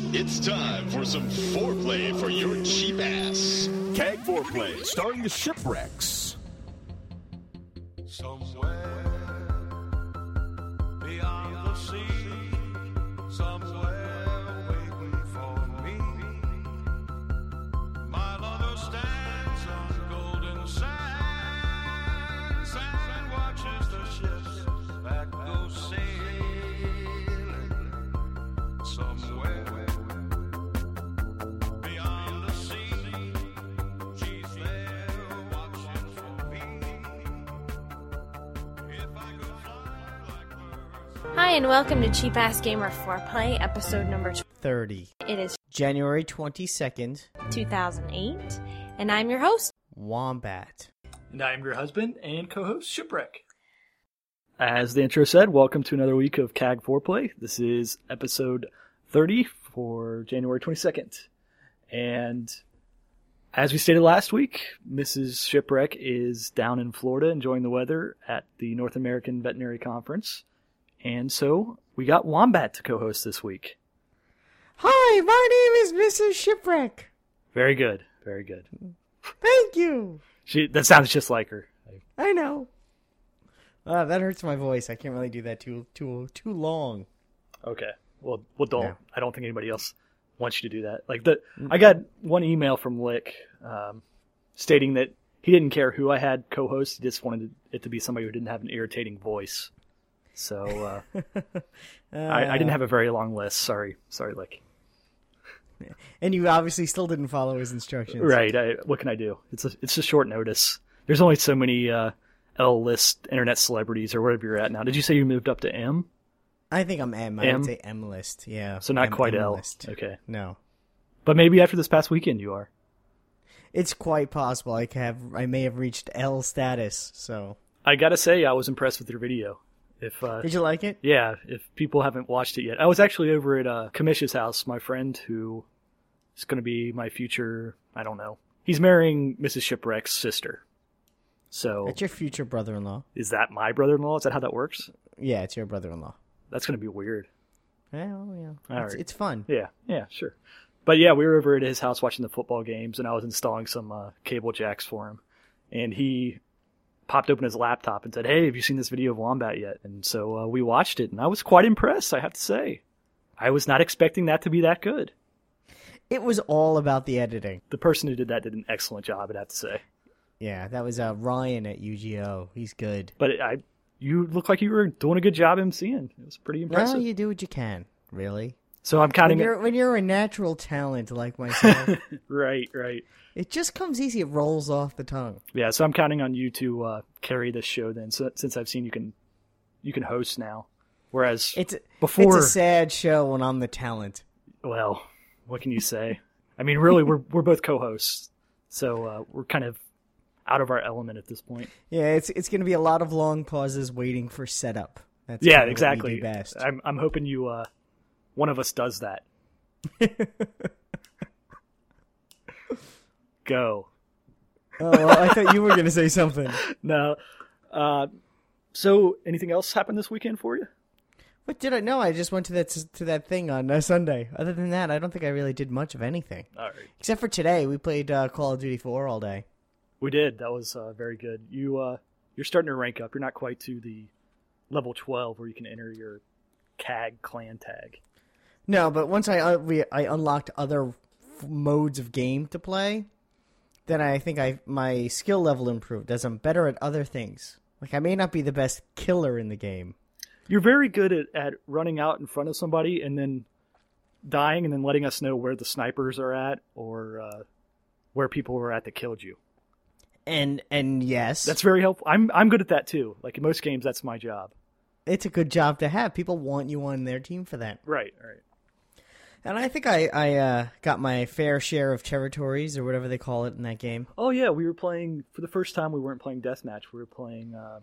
It's time for some foreplay for your cheap ass. Keg Foreplay, starring the Shipwrecks. Somewhere beyond the sea, somewhere waiting for me. My lover stands on golden sands and watches the ships that go sailing. Somewhere beyond the sea, she's there watching for me. If I could fly like birds. Hi, and welcome to Cheap Ass Gamer Foreplay, episode number 20. 30. It is January 22nd, 2008, and I'm your host. Wombat. And I am your husband and co host, Shipwreck. As the intro said, welcome to another week of CAG Foreplay. This is episode 30 for January 22nd. And as we stated last week, Mrs. Shipwreck is down in Florida enjoying the weather at the North American Veterinary Conference. And so we got Wombat to co host this week. Hi, my name is Mrs. Shipwreck. Very good. Very good. Thank you. She, that sounds just like her. I know. Ah, that hurts my voice. I can't really do that too too too long. Okay. Well, well, don't. No. I don't think anybody else wants you to do that. Like the, I got one email from Lick, um, stating that he didn't care who I had co-host. He just wanted it to be somebody who didn't have an irritating voice. So uh, I, I didn't have a very long list. Sorry, sorry, Lick. And you obviously still didn't follow his instructions. Right. I, what can I do? It's a, it's a short notice. There's only so many uh, L list internet celebrities or whatever you're at now. Did you say you moved up to M? I think I'm M. I M? M? would say M list. Yeah. So not I'm quite L. M-list. Okay. No. But maybe after this past weekend, you are. It's quite possible I could have I may have reached L status. So, I gotta say, I was impressed with your video. If uh, did you like it? Yeah, if people haven't watched it yet, I was actually over at uh, Kamish's house. My friend, who is going to be my future—I don't know—he's marrying Mrs. Shipwreck's sister. So That's your future brother-in-law. is that my brother-in-law? Is that how that works? Yeah, it's your brother-in-law. That's going to be weird. Well, yeah. All it's, right. it's fun. Yeah, yeah, sure. But yeah, we were over at his house watching the football games, and I was installing some uh, cable jacks for him. And he popped open his laptop and said, "Hey, have you seen this video of Wombat yet?" And so uh, we watched it, and I was quite impressed. I have to say, I was not expecting that to be that good. It was all about the editing. The person who did that did an excellent job. I'd have to say. Yeah, that was uh, Ryan at UGO. He's good. But it, I, you look like you were doing a good job emceeing. It was pretty impressive. Well, you do what you can, really. so I'm When counting you're, it. when you're a natural talent like myself, Right, right. it just comes easy. It rolls off the tongue. Yeah, so I'm counting on you to uh, carry this show then. So, since I've seen you can, you can host now. Whereas It's before, it's a sad show when I'm the talent. well, what can you say? I mean, really, we're we're both co-hosts, so uh, we're kind of out of our element at this point. Yeah, it's it's going to be a lot of long pauses waiting for setup. That's yeah, kinda what we exactly. do best. I'm I'm hoping you, uh, one of us does that. Go. oh, well, I thought you were going to say something. No. Uh, so, anything else happened this weekend for you? What did I know? I just went to that to that thing on uh, Sunday. Other than that, I don't think I really did much of anything All right. except for today. We played uh, Call of Duty 4 all day. We did. That was uh, very good. You uh, you're starting to rank up. You're not quite to the level twelve where you can enter your CAG clan tag. No, but once I uh, we, I unlocked other f- modes of game to play, then I think I my skill level improved as I'm better at other things. Like I may not be the best killer in the game. You're very good at, at running out in front of somebody and then dying and then letting us know where the snipers are at or uh, where people were at that killed you. And and yes, That's very helpful. I'm I'm good at that too. Like in most games, that's my job. it's a good job to have. People want you on their team for that. Right. Right. And I think I I uh, got my fair share of territories or whatever they call it in that game. Oh yeah, we were playing for the first time. We weren't playing deathmatch. We were playing. Uh,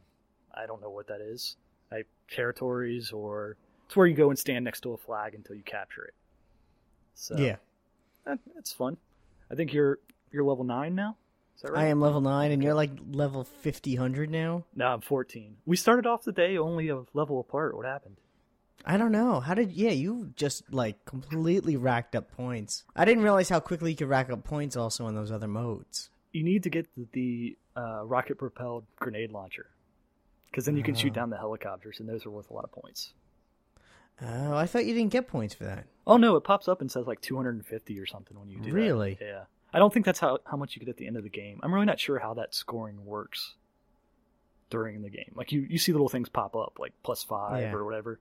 I don't know what that is. Like territories, or it's where you go and stand next to a flag until you capture it. So yeah, eh, that's fun. I think you're you're level nine now. Is that right? I am level nine, and you're like level fifty hundred now. No, I'm 14. We started off the day only a level apart. What happened? I don't know. How did yeah, you just like completely racked up points. I didn't realize how quickly you could rack up points also in those other modes. You need to get the, the uh, rocket propelled grenade launcher because then you can Ah. shoot down the helicopters, and those are worth a lot of points. Oh, I thought you didn't get points for that. Oh no, it pops up and says like 250 or something when you do that. Really? Yeah. I don't think that's how how much you get at the end of the game. I'm really not sure how that scoring works during the game. Like you you see little things pop up like plus 5 Yeah. or whatever.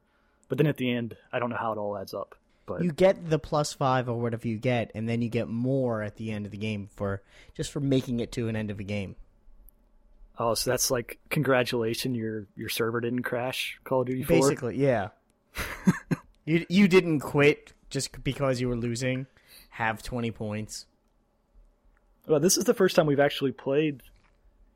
But then at the end, I don't know how it all adds up. But You get the plus five or whatever you get, and then you get more at the end of the game for just for making it to an end of a game. oh, so that's like congratulations, your your server didn't crash Call of Duty 4. Basically, yeah. you you didn't quit just because you were losing. Have twenty points. Well, this is the first time we've actually played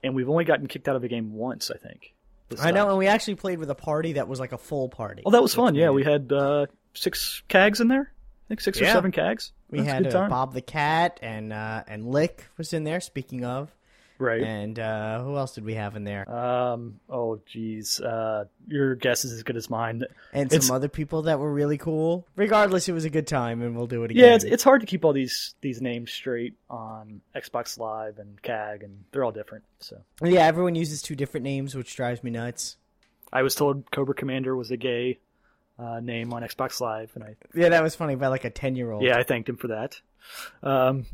and we've only gotten kicked out of a game once, I think. this I know, time. and we actually played with a party that was like a full party. Oh, that was fun. Yeah, we had uh, six cags in there. I think six or Yeah. seven cags. we That's a had good uh, time. Bob the Cat and uh, and Lick was in there. Speaking of, Right. and uh, who else did we have in there? Um. Oh, geez. Uh, your guess is as good as mine. and it's- some other people that were really cool. Regardless, it was a good time, and we'll do it again. Yeah, it's it's hard to keep all these these names straight on Xbox Live and CAG, and they're all different. So yeah. Everyone uses two different names, which drives me nuts. I was told Cobra Commander was a gay uh, name on Xbox Live, and I Yeah, that was funny by like a ten year old. yeah I thanked him for that. Um,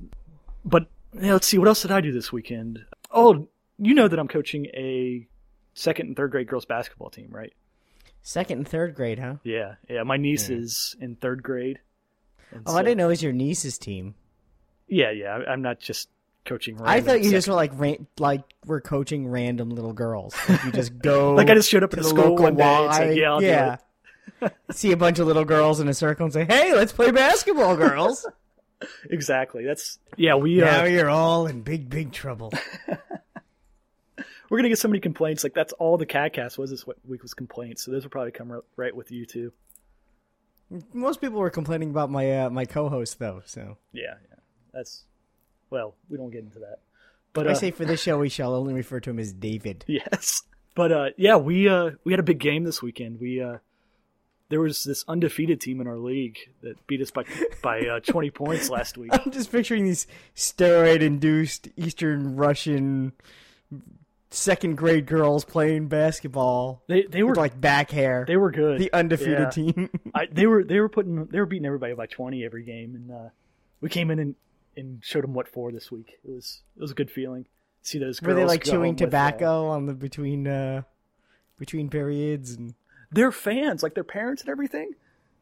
but yeah, let's see what else did I do this weekend. Oh, you know that I'm coaching a second and third grade girls basketball team, right? second and third grade, huh? Yeah, yeah. My niece is in third grade. and Oh, I so- didn't know it was your niece's team. Yeah, yeah. I- I'm not just coaching. I random thought you just second- were like ran- like we're coaching random little girls. Like you just go like I just showed up to at the the school local one day. And Y. said, yeah, I'll do yeah. it." See a bunch of little girls in a circle and say, "Hey, let's play basketball, girls." exactly. That's yeah. We Now uh, you're all in big, big trouble. we're gonna get so many complaints. Like that's all the CADcast was this week was complaints. So those will probably come r- right with you too. Most people were complaining about my uh, my co-host though, so Yeah, yeah. That's well, we don't get into that. But I uh, say for this show we shall only refer to him as David. yes. But uh, yeah, we uh, we had a big game this weekend. We uh, there was this undefeated team in our league that beat us by by uh, 20 points last week. I'm just picturing these steroid-induced Eastern Russian second-grade girls playing basketball. They they were with like back hair. they were good. the undefeated Yeah. team. I, they were they were putting they were beating everybody by twenty every game, and uh, we came in and, and showed them what for this week. It was it was a good feeling. See those Were girls they like go home chewing with, uh, tobacco on the between uh between periods and their fans, like their parents and everything,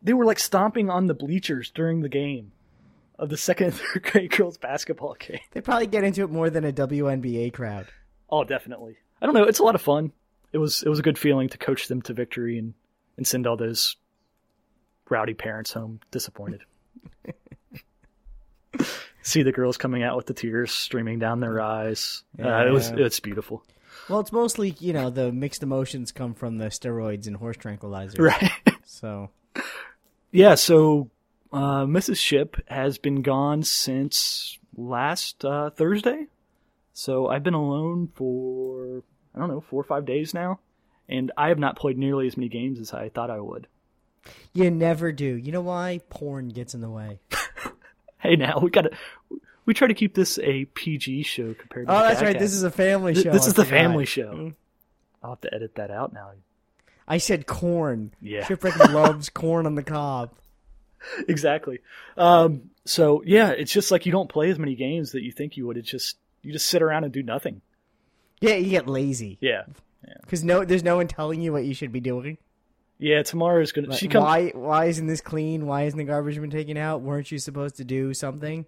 they were like stomping on the bleachers during the game of the second and third grade girls basketball game. they probably get into it more than a WNBA crowd. Oh, definitely. I don't know. It's a lot of fun. It was it was a good feeling to coach them to victory and and send all those rowdy parents home disappointed. See the girls coming out with the tears streaming down their eyes. Uh, it was Yeah. it's beautiful. Well, it's mostly you know the mixed emotions come from the steroids and horse tranquilizers. Right. So yeah. So uh, Mrs. Ship has been gone since last uh, Thursday. So I've been alone for I don't know four or five days now, and I have not played nearly as many games as I thought I would. you never do. You know why porn gets in the way? Hey, now we gotta. We try to keep this a PG show compared. to Oh, the that's right. Jackass. This is a family Th- show. this I is the forgot. family Mm-hmm. show. I'll have to edit that out now. I said corn. Yeah. Shipwreck loves corn on the cob. exactly. Um, so yeah, it's just like you don't play as many games that you think you would. It's just you just sit around and do nothing. Yeah, you get lazy Yeah, because no, there's no one telling you what you should be doing. yeah. Tomorrow's gonna. Like, she comes. Why? Why isn't this clean? Why isn't the garbage been taken out? Weren't you supposed to do something?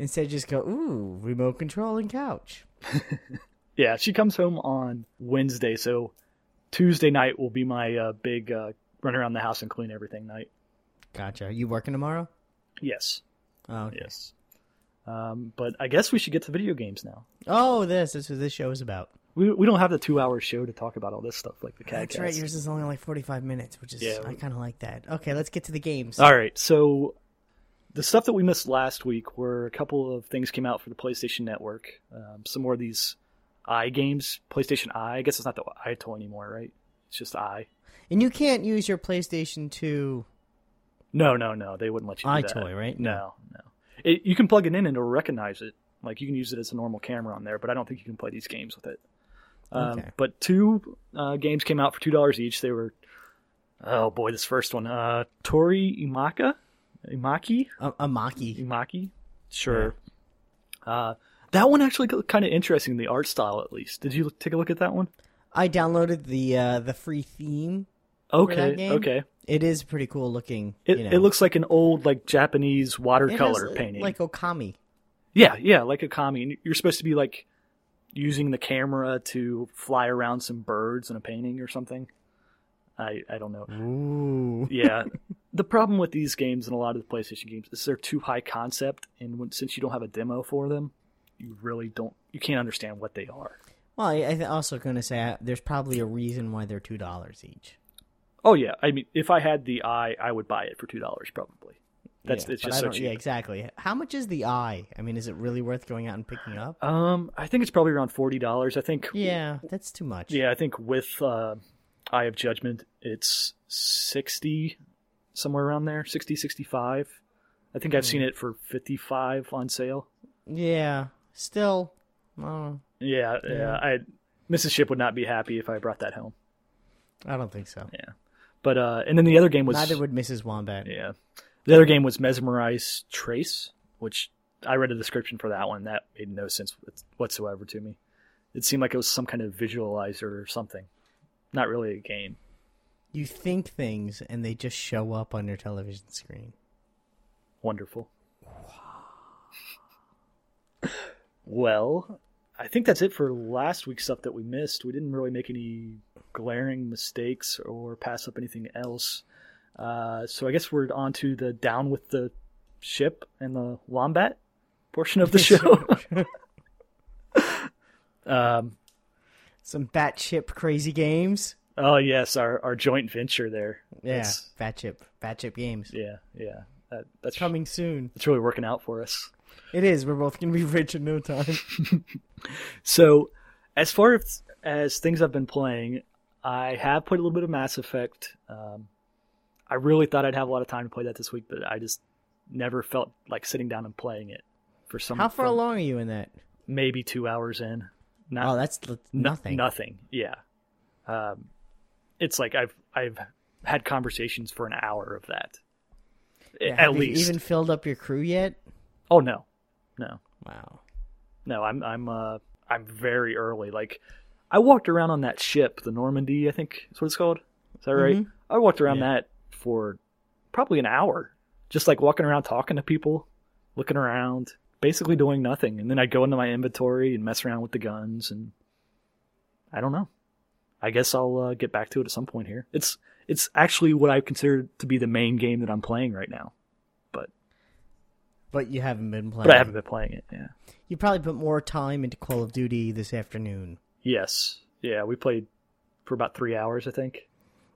Instead, just go. Ooh, remote control and couch. Yeah, she comes home on Wednesday. So Tuesday night will be my uh, big uh, run around the house and clean everything night. Gotcha. You working tomorrow? Yes. Oh, okay. Yes. Um, but I guess we should get to video games now. oh, this. This is what this show is about. We, we don't have the two hour show to talk about all this stuff like the CAD. That's right. Yours is only like 45 minutes, which is Yeah. I kind of like that. Okay, let's get to the games. All right. So the stuff that we missed last week were a couple of things came out for the PlayStation Network. Um, some more of these i games, PlayStation i. I guess it's not the i toy anymore, right? It's just I. And you can't use your PlayStation 2. No, no, no. They wouldn't let you do that. iToy, right? No, no. It, you can plug it in and it'll recognize it. Like you can use it as a normal camera on there, but I don't think you can play these games with it. Um, Okay. But two uh, games came out for two dollars each. They were, oh boy, this first one, uh, Tori Imaka, Imaki, A, a Maki. Imaki. Sure. Uh, that one actually looked kind of interesting. The art style, at least. Did you look- take a look at that one? I downloaded the uh, the free theme. Okay. that game? Okay. It is pretty cool looking. It, you know. it looks like an old like Japanese It has, watercolor uh, painting. Like Okami. Yeah, yeah, like a commie. And You're supposed to be like using the camera to fly around some birds in a painting or something. I I don't know. Ooh. Yeah. the problem with these games and a lot of the PlayStation games is they're too high concept and when, since you don't have a demo for them, you really don't you can't understand what they are. Well, I, I'm also going to say uh, there's probably a reason why they're $2 each. Oh yeah, I mean if I had the eye, I would buy it for $2 probably. That's Yeah, it's but just I so don't- cheap. Yeah, exactly. How much is the eye? I mean, is it really worth going out and picking up? Um I think it's probably around $40. I think Yeah, that's too much. Yeah, I think with uh, Eye of Judgment, it's 60, somewhere around there, 60, 65. I think I've seen Hmm. it for 55 on sale. Yeah. Still, I don't, know. Yeah, yeah. I Mrs. Ship would not be happy if I brought that home. I don't think so. But uh, and then the other game was Neither would Mrs. Wombat. yeah, the other game was Mesmerize Trace, which I read a description for that one that made no sense whatsoever to me. It seemed like it was some kind of visualizer or something, not really a game. You think things and they just show up on your television screen. Wonderful. Well, I think that's it for last week's stuff that we missed. We didn't really make any glaring mistakes or pass up anything else. Uh, so I guess we're on to the down with the ship and the wombat portion of the show. um, Some batship crazy games. oh yes, our, our joint venture there. Yeah, That's- batship, batship games yeah, yeah. That, that's coming soon. That's really working out for us. It is. We're both gonna be rich in no time. So, as far as, as things I've been playing, I have played a little bit of Mass Effect. Um, I really thought I'd have a lot of time to play that this week, but I just never felt like sitting down and playing it for some. How far for along are you in that? Maybe two hours in. Not Oh, that's l- no- nothing. Nothing. Yeah. Um, it's like I've I've had conversations for an hour of that. Yeah, At have you least. even filled up your crew yet? Oh no, no. Wow. No, I'm I'm uh I'm very early. Like I walked around on that ship, the Normandy, I think is what it's called. Is that right? I walked around that for probably an hour. Just like walking around talking to people, looking around, basically doing nothing. And then I'd go into my inventory and mess around with the guns and I don't know. I guess I'll uh, get back to it at some point here. It's it's actually what I consider to be the main game that I'm playing right now, But you haven't been playing. but I haven't been playing it. Yeah. You probably put more time into Call of Duty this afternoon. Yes. Yeah, we played for about 3 hours, I think.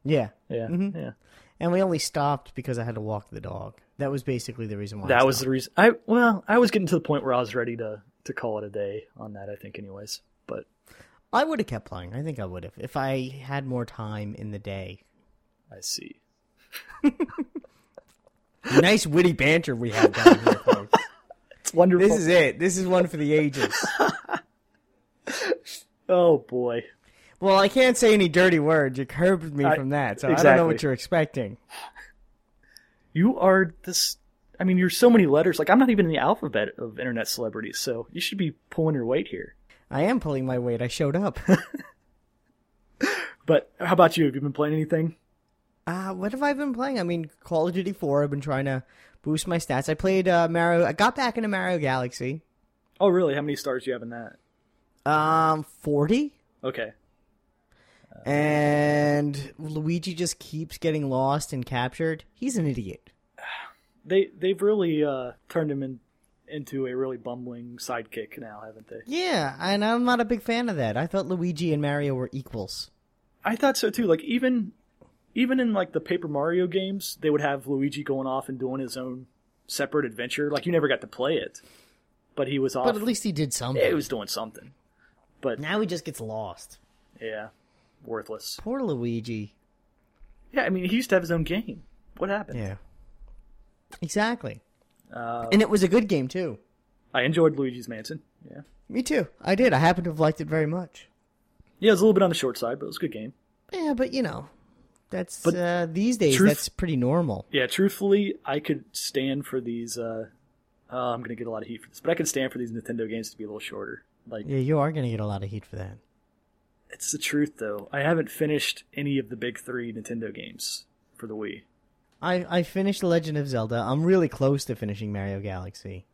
Yeah. Yeah, yeah. Mm-hmm. And we only stopped because I had to walk the dog. That was basically the reason why. I That was stopped. the reason. I well, I was getting to the point where I was ready to to call it a day on that. I think, anyways. But I would have kept playing. I think I would have if I had more time in the day. I see. nice witty banter we have down here, folks. It's wonderful. This is it. This is one for the ages. oh boy. Well, I can't say any dirty words. You curbed me I- from that, so I don't exactly. know what you're expecting. You are this. I mean, you're so many letters. Like I'm not even in the alphabet of internet celebrities, so you should be pulling your weight here. I am pulling my weight. I showed up. But how about you? Have you been playing anything? uh, what have I been playing? I mean, Call of Duty 4. I've been trying to boost my stats. I played uh, Mario. I got back into Mario Galaxy. Oh, really? How many stars do you have in that? Um, 40. Okay. And Luigi just keeps getting lost and captured. He's an idiot. They they've really uh, turned him in, into a really bumbling sidekick now, haven't they? Yeah, and I'm not a big fan of that. I thought Luigi and Mario were equals. I thought so too. Like even even in like the Paper Mario games, they would have Luigi going off and doing his own separate adventure. Like you never got to play it, but he was off. But at least he did something. he was doing something. Now he just gets lost. Yeah, worthless. Poor Luigi. Yeah, I mean, he used to have his own game. What happened? Yeah. Exactly. Uh, And it was a good game too. I enjoyed Luigi's Mansion. Yeah, Me too. I did. I happen to have liked it very much. yeah, it was a little bit on the short side, but it was a good game. Yeah, but you know, that's But uh, these days truth- that's pretty normal. Yeah, truthfully, I could stand for these. Uh, uh, I'm going to get a lot of heat for this, but I could stand for these Nintendo games to be a little shorter. Like Yeah, you are going to get a lot of heat for that. it's the truth, though. I haven't finished any of the big three Nintendo games for the Wii. I I finished The Legend of Zelda. I'm really close to finishing Mario Galaxy,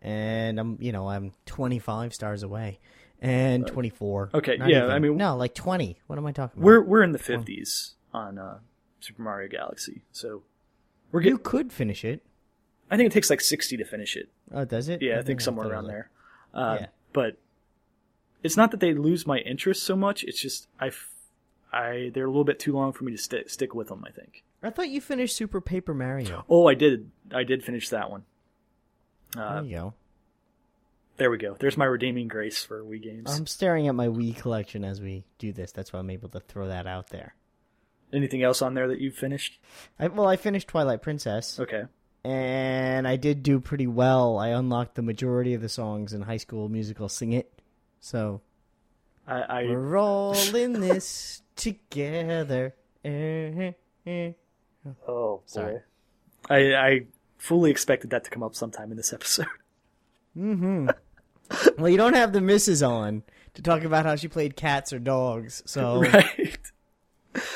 and I'm you know I'm 25 stars away, and 24. okay, Not yeah, even. I mean- no, like 20. What am I talking We're about? we're in the 50s on uh, Super Mario Galaxy, so we're you getting. could finish it. I think it takes like 60 to finish it. Oh, does it? Yeah, I, think think somewhere thought it around was like- there. Uh, Yeah. But it's not that they lose my interest so much. It's just I, f- I they're a little bit too long for me to stick stick with them. I think. I thought you finished Super Paper Mario. Oh, I did. I did finish that one. Uh, there you go. There we go. There's my redeeming grace for Wii games. I'm staring at my Wii collection as we do this. That's why I'm able to throw that out there. Anything else on there that you've finished? I, well, I finished Twilight Princess, Okay. and I did do pretty well. I unlocked the majority of the songs in High School Musical Sing It. So I, I we're all in this together. Eh, eh. oh Sorry. boy. I I fully expected that to come up sometime in this episode. Well, you don't have the missus on to talk about how she played cats or dogs, so right.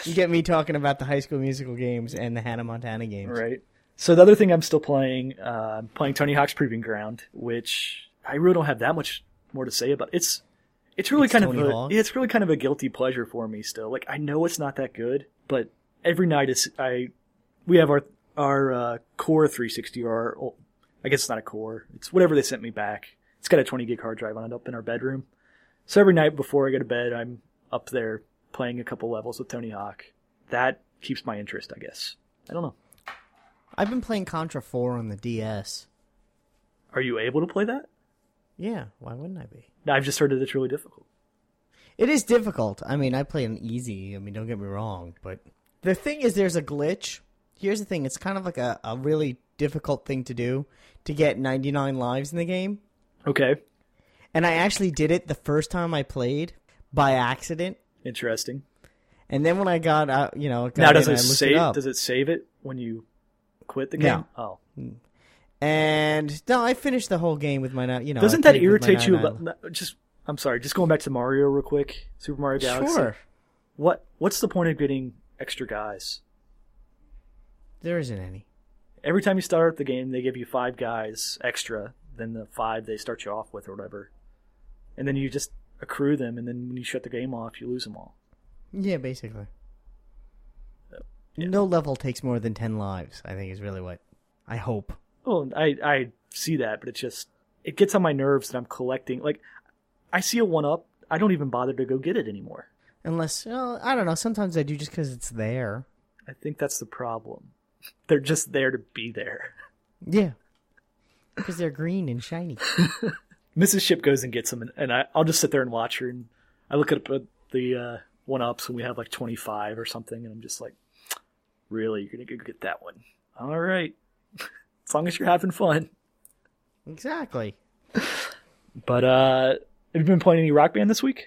you get me talking about the High School Musical games and the Hannah Montana games. Right. So the other thing I'm still playing, uh, I'm playing Tony Hawk's Proving Ground, which I really don't have that much more to say about. It's it's really It's kind Tony of a, Hawk? yeah, it's really kind of a guilty pleasure for me still. Like I know it's not that good, but every night is I we have our our uh, core 360 or our, old- I guess it's not a core. It's whatever they sent me back. It's got a 20 gig hard drive on it up in our bedroom. So every night before I go to bed, I'm up there playing a couple levels with Tony Hawk. That keeps my interest, I guess. I don't know. I've been playing Contra 4 on the DS. Are you able to play that? Yeah, why wouldn't I be? No, I've just heard that it's really difficult. It is difficult. I mean, I play an easy. I mean, don't get me wrong, but the thing is, there's a glitch. Here's the thing: it's kind of like a, a really difficult thing to do to get 99 lives in the game. Okay, And I actually did it the first time I played by accident. interesting. And then when I got out, you know, got now, in, does I it looked save? it up. does it save it when you quit the No. game? Oh, And no, I finished the whole game with my, ni- you know. I doesn't that played with my irritate you? 99 About, no, just, I'm sorry. Just going back to Mario real quick. Super Mario Galaxy. Sure, What What's the point of getting extra guys? there isn't any. Every time you start up the game, they give you five guys extra than the five they start you off with or whatever, and then you just accrue them, and then when you shut the game off, you lose them all. Yeah, basically. No level takes more than ten lives. I think is really what I hope. Well, I I see that, but it just it gets on my nerves that I'm collecting. Like, I see a one up, I don't even bother to go get it anymore. Unless, well, I don't know. Sometimes I do just because it's there. I think that's the problem. They're just there to be there. Yeah. Because they're green and shiny. Mrs. Ship goes and gets them, and, and I, I'll just sit there and watch her. And I look up at the uh, one ups, and we have like 25 or something, and I'm just like, really, you're gonna go get that one? All right, as long as you're having fun. exactly. But uh, have you been playing any Rock Band this week?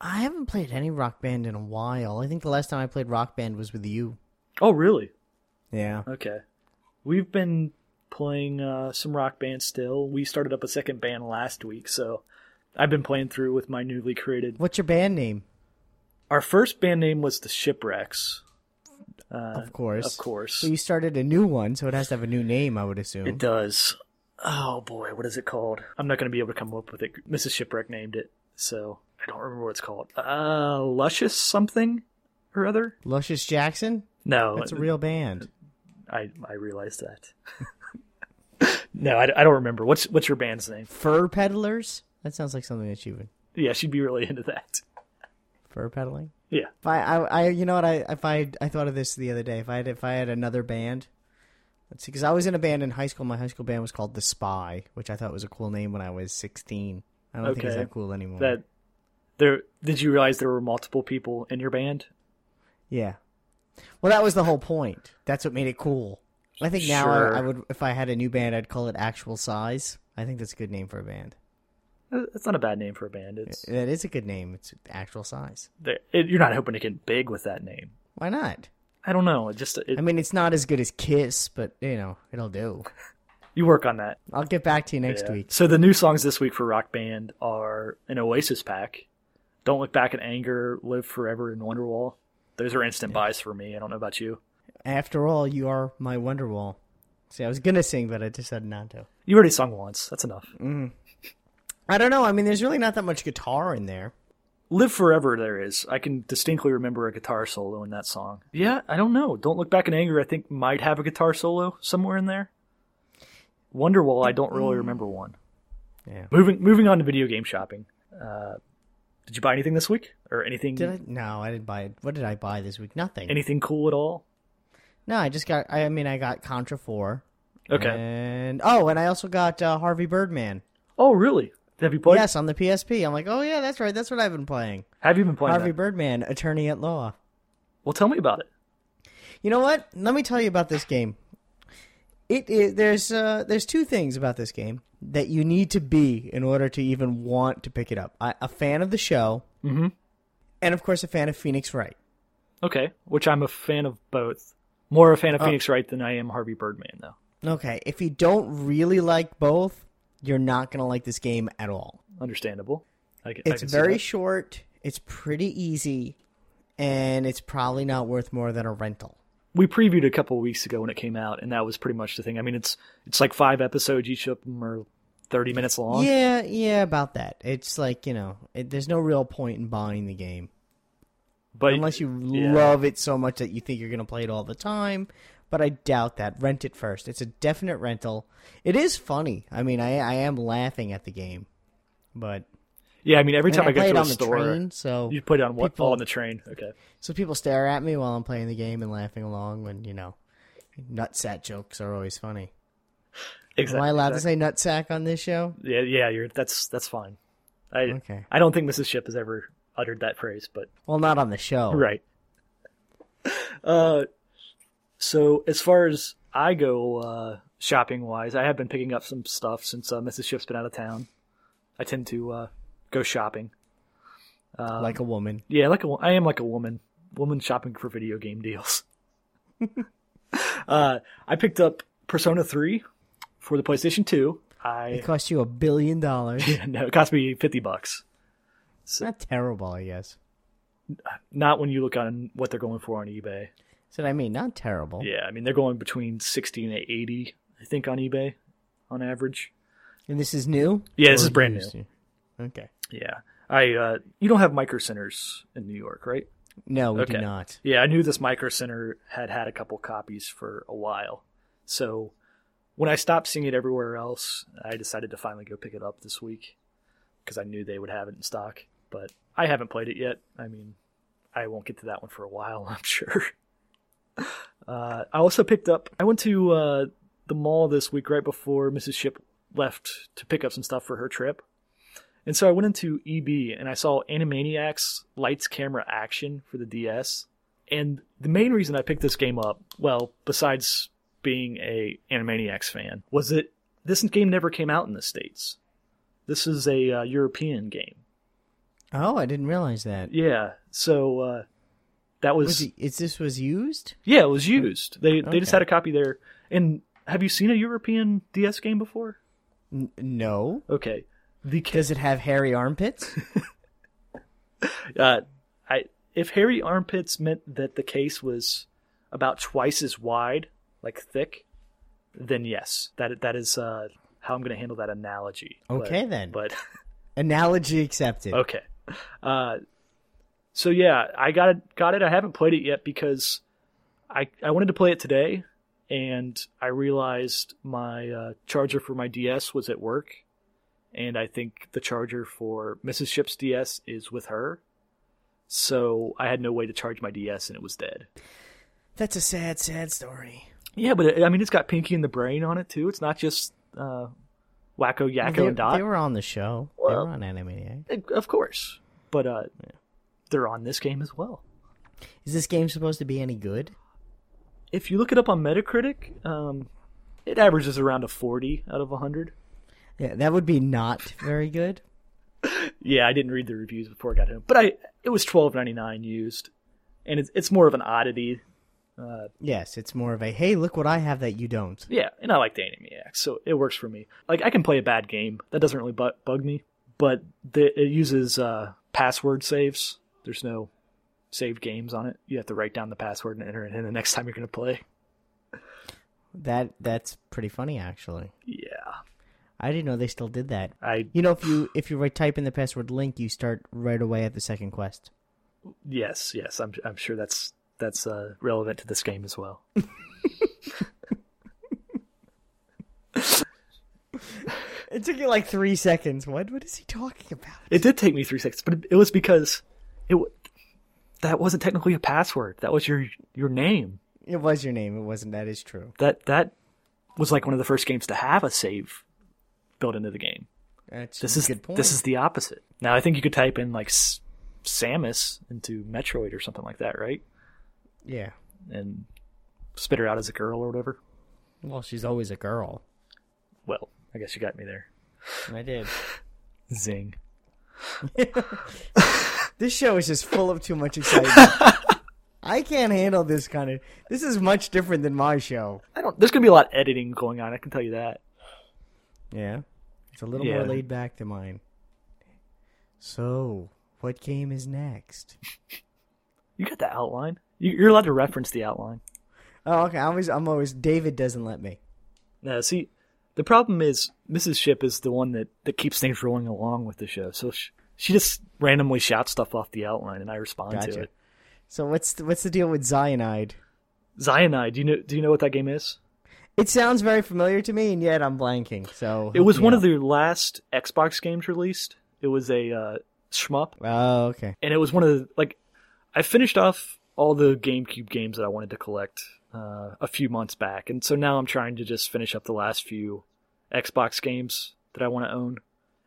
I haven't played any Rock Band in a while. I think the last time I played Rock Band was with you. Oh, really? Yeah. Okay. We've been playing uh, some rock band still. We started up a second band last week, so I've been playing through with my newly created. What's your band name? Our first band name was the Shipwrecks. Uh, Of course. Of course. So you started a new one, so it has to have a new name, I would assume. It does. Oh boy, what is it called? I'm not going to be able to come up with it. Mrs. Shipwreck named it, so I don't remember what it's called. Uh, Luscious something or other? Luscious Jackson? No. That's a real band. I, I realized that. no, I, I don't remember. What's, what's your band's name? Fur Peddlers? That sounds like something that you would. Yeah, she'd be really into that. Fur peddling? Yeah. If I, I, I you know what I, if I, I thought of this the other day. If I had, if I had another band, let's see, because I was in a band in high school. My high school band was called the Spy, which I thought was a cool name when I was sixteen. I don't think Okay. it's that cool anymore. That There, did you realize there were multiple people in your band? Yeah. Well, that was the whole point. That's what made it cool. I think now Sure. I, I would, if I had a new band, I'd call it Actual Size. I think that's a good name for a band. That's not a bad name for a band. It's That is a good name. It's Actual Size. there- it, you're not hoping to get big with that name. Why not? I don't know. It just it, I mean, it's not as good as Kiss, but you know, it'll do. you work on that. I'll get back to you next Yeah. week. So the new songs this week for Rock Band are an Oasis pack. Don't look back in anger, live forever in Wonderwall. Those are instant buys for me. I don't know about you. After all, you are my Wonderwall. See, I was gonna sing, but I decided not to. You already sung once. That's enough. I don't know. I mean, there's really not that much guitar in there. Live Forever, there is. I can distinctly remember a guitar solo in that song. Yeah, I don't know. Don't Look Back in Anger, I think, might have a guitar solo somewhere in there. Wonderwall, I don't really remember one. Yeah. Moving moving on to video game shopping. Uh, did you buy anything this week? Or anything Did I? No, I didn't buy it. What did I buy this week? Nothing. anything cool at all? no, I just got. I mean, I got Contra Four. Okay. And oh, and I also got uh, Harvey Birdman. oh, really? Have you played? yes, on the PSP. I'm like, oh yeah, that's right. That's what I've been playing. Have you been playing Harvey that? Birdman, Attorney at Law. Well, tell me about it. You know what? Let me tell you about this game. It is there's uh, there's two things about this game that you need to be in order to even want to pick it up. I, a fan of the show, mm-hmm. and of course a fan of Phoenix Wright. Okay, which I'm a fan of both. More a fan Oh. of Phoenix Wright than I am Harvey Birdman, though. Okay, if you don't really like both, you're not gonna like this game at all. Understandable. I can, I It's can see very that. short. It's pretty easy, and it's probably not worth more than a rental. we previewed a couple weeks ago when it came out, and that was pretty much the thing. I mean, it's it's like five episodes, each of them are thirty minutes long. Yeah, yeah, about that. It's like you know, it, there's no real point in buying the game. but unless you yeah. love it so much that you think you're going to play it all the time. But I doubt that. Rent it first. It's a definite rental. It is funny. I mean, I I am laughing at the game, but yeah. I mean, every I, time I, mean, I go play it to a on the store, train, so you put it on what? people- Oh, on the train. Okay. so people stare at me while I'm playing the game and laughing along. When you know, nutsack jokes are always funny. Exactly. Am I allowed to say nutsack on this show? Yeah, yeah. You're that's that's fine. I Okay. I don't think Mrs. Ship has ever uttered that phrase, but Well, not on the show. Right. Uh, so as far as I go, uh, shopping wise, I have been picking up some stuff since uh, Mrs. Shift's been out of town. I tend to uh, go shopping. Uh, like a woman. Yeah, like a wo- I am like a woman, woman shopping for video game deals. uh, I picked up Persona Three for the PlayStation Two. It I cost you a billion dollars. no, it cost me fifty bucks. not terrible, I guess. Not when you look on what they're going for on eBay. That's what I mean. Not terrible. Yeah, I mean they're going between sixty and eighty, I think, on eBay, on average. And this is new. Yeah, this Or is brand used new. to? Okay. Yeah, I uh, you don't have micro centers in New York, right? No, we do Okay. not. Yeah, I knew this micro center had had a couple copies for a while, so when I stopped seeing it everywhere else, I decided to finally go pick it up this week because I knew they would have it in stock. But I haven't played it yet. I mean, I won't get to that one for a while, I'm sure. Uh, I also picked up. I went to uh, the mall this week right before Mrs. Ship left to pick up some stuff for her trip, and so I went into EB and I saw Animaniacs Lights Camera Action for the DS. And the main reason I picked this game up, well, besides being a Animaniacs fan, was that this game never came out in the states. This is a uh, European game. Oh, I didn't realize that. Yeah, so uh, that was, Was it, is this was used? yeah, it was used. They they just Okay. had a copy there. And have you seen a European DS game before? N- no. Okay, the ca- Does it have hairy armpits? uh, I if hairy armpits meant that the case was about twice as wide, like thick, then yes, that that is uh, how I'm going to handle that analogy. But- Okay, then. But Analogy accepted. okay, uh, so yeah, I got it. Got it. I haven't played it yet because I I wanted to play it today, and I realized my uh, charger for my DS was at work. And I think the charger for Mrs. Ship's DS is with her, so I had no way to charge my DS, and it was dead. That's a sad, sad story. Yeah, but it, I mean, it's got Pinky and the Brain on it too. It's not just uh, Wacko Yakko Well, and they, Dot. they were on the show. Well- they were on Animaniac. Of course. But uh, they're on this game as well. Is this game supposed to be any good? If you look it up on Metacritic, um, it averages around a 40 out of 100. Yeah, that would be not very good. Yeah, I didn't read the reviews before I got home, but I it was 12.99 used, and it's it's more of an oddity. Yes, it's more of a hey, look what I have that you don't. Yeah, and I like the Animaniacs, so it works for me. Like I can play a bad game that doesn't really bu- bug me, but the, it uses uh, password saves. There's no saved games on it. You have to write down the password and enter it in the next time you're going to play. That that's pretty funny actually. Yeah, I didn't know they still did that. I You know, if you if you write type in the password link, you start right away at the second quest. Yes, yes, I'm I'm sure that's that's uh, relevant to this game as well. It took you like three seconds. What what is he talking about? It did take me three seconds, but it, it was because it w- that wasn't technically a password. That was your your name. It was your name. It wasn't. That is true. That that was like one of the first games to have a save built into the game. That's This a is good point. this is the opposite. Now I think you could type in like S- Samus into Metroid or something like that, right? yeah. And spit her out as a girl or whatever. Well, she's always a girl. Well, I guess you got me there. And I did. Zing. This show is just full of too much excitement. I can't handle this kind of. This is much different than my show. I don't. There's gonna be a lot of editing going on. I can tell you that. Yeah. It's a little Yeah. more laid back than mine. So, what game is next? You got the outline. You- You're allowed to reference the outline. Oh, okay. I always, I'm always. David doesn't let me. Now, see, the problem is Mrs. Ship is the one that, that keeps things rolling along with the show. So she, she just randomly shouts stuff off the outline, and I respond Gotcha. to it. So what's the, what's the deal with Zionide? Zionide. Do you know? Do you know what that game is? It sounds very familiar to me, and yet I'm blanking. So It was one of the last Xbox games released. It was a uh, shmup, Oh, okay. and it was one of the like. I finished off all the GameCube games that I wanted to collect uh, a few months back, and so now I'm trying to just finish up the last few Xbox games that I want to own,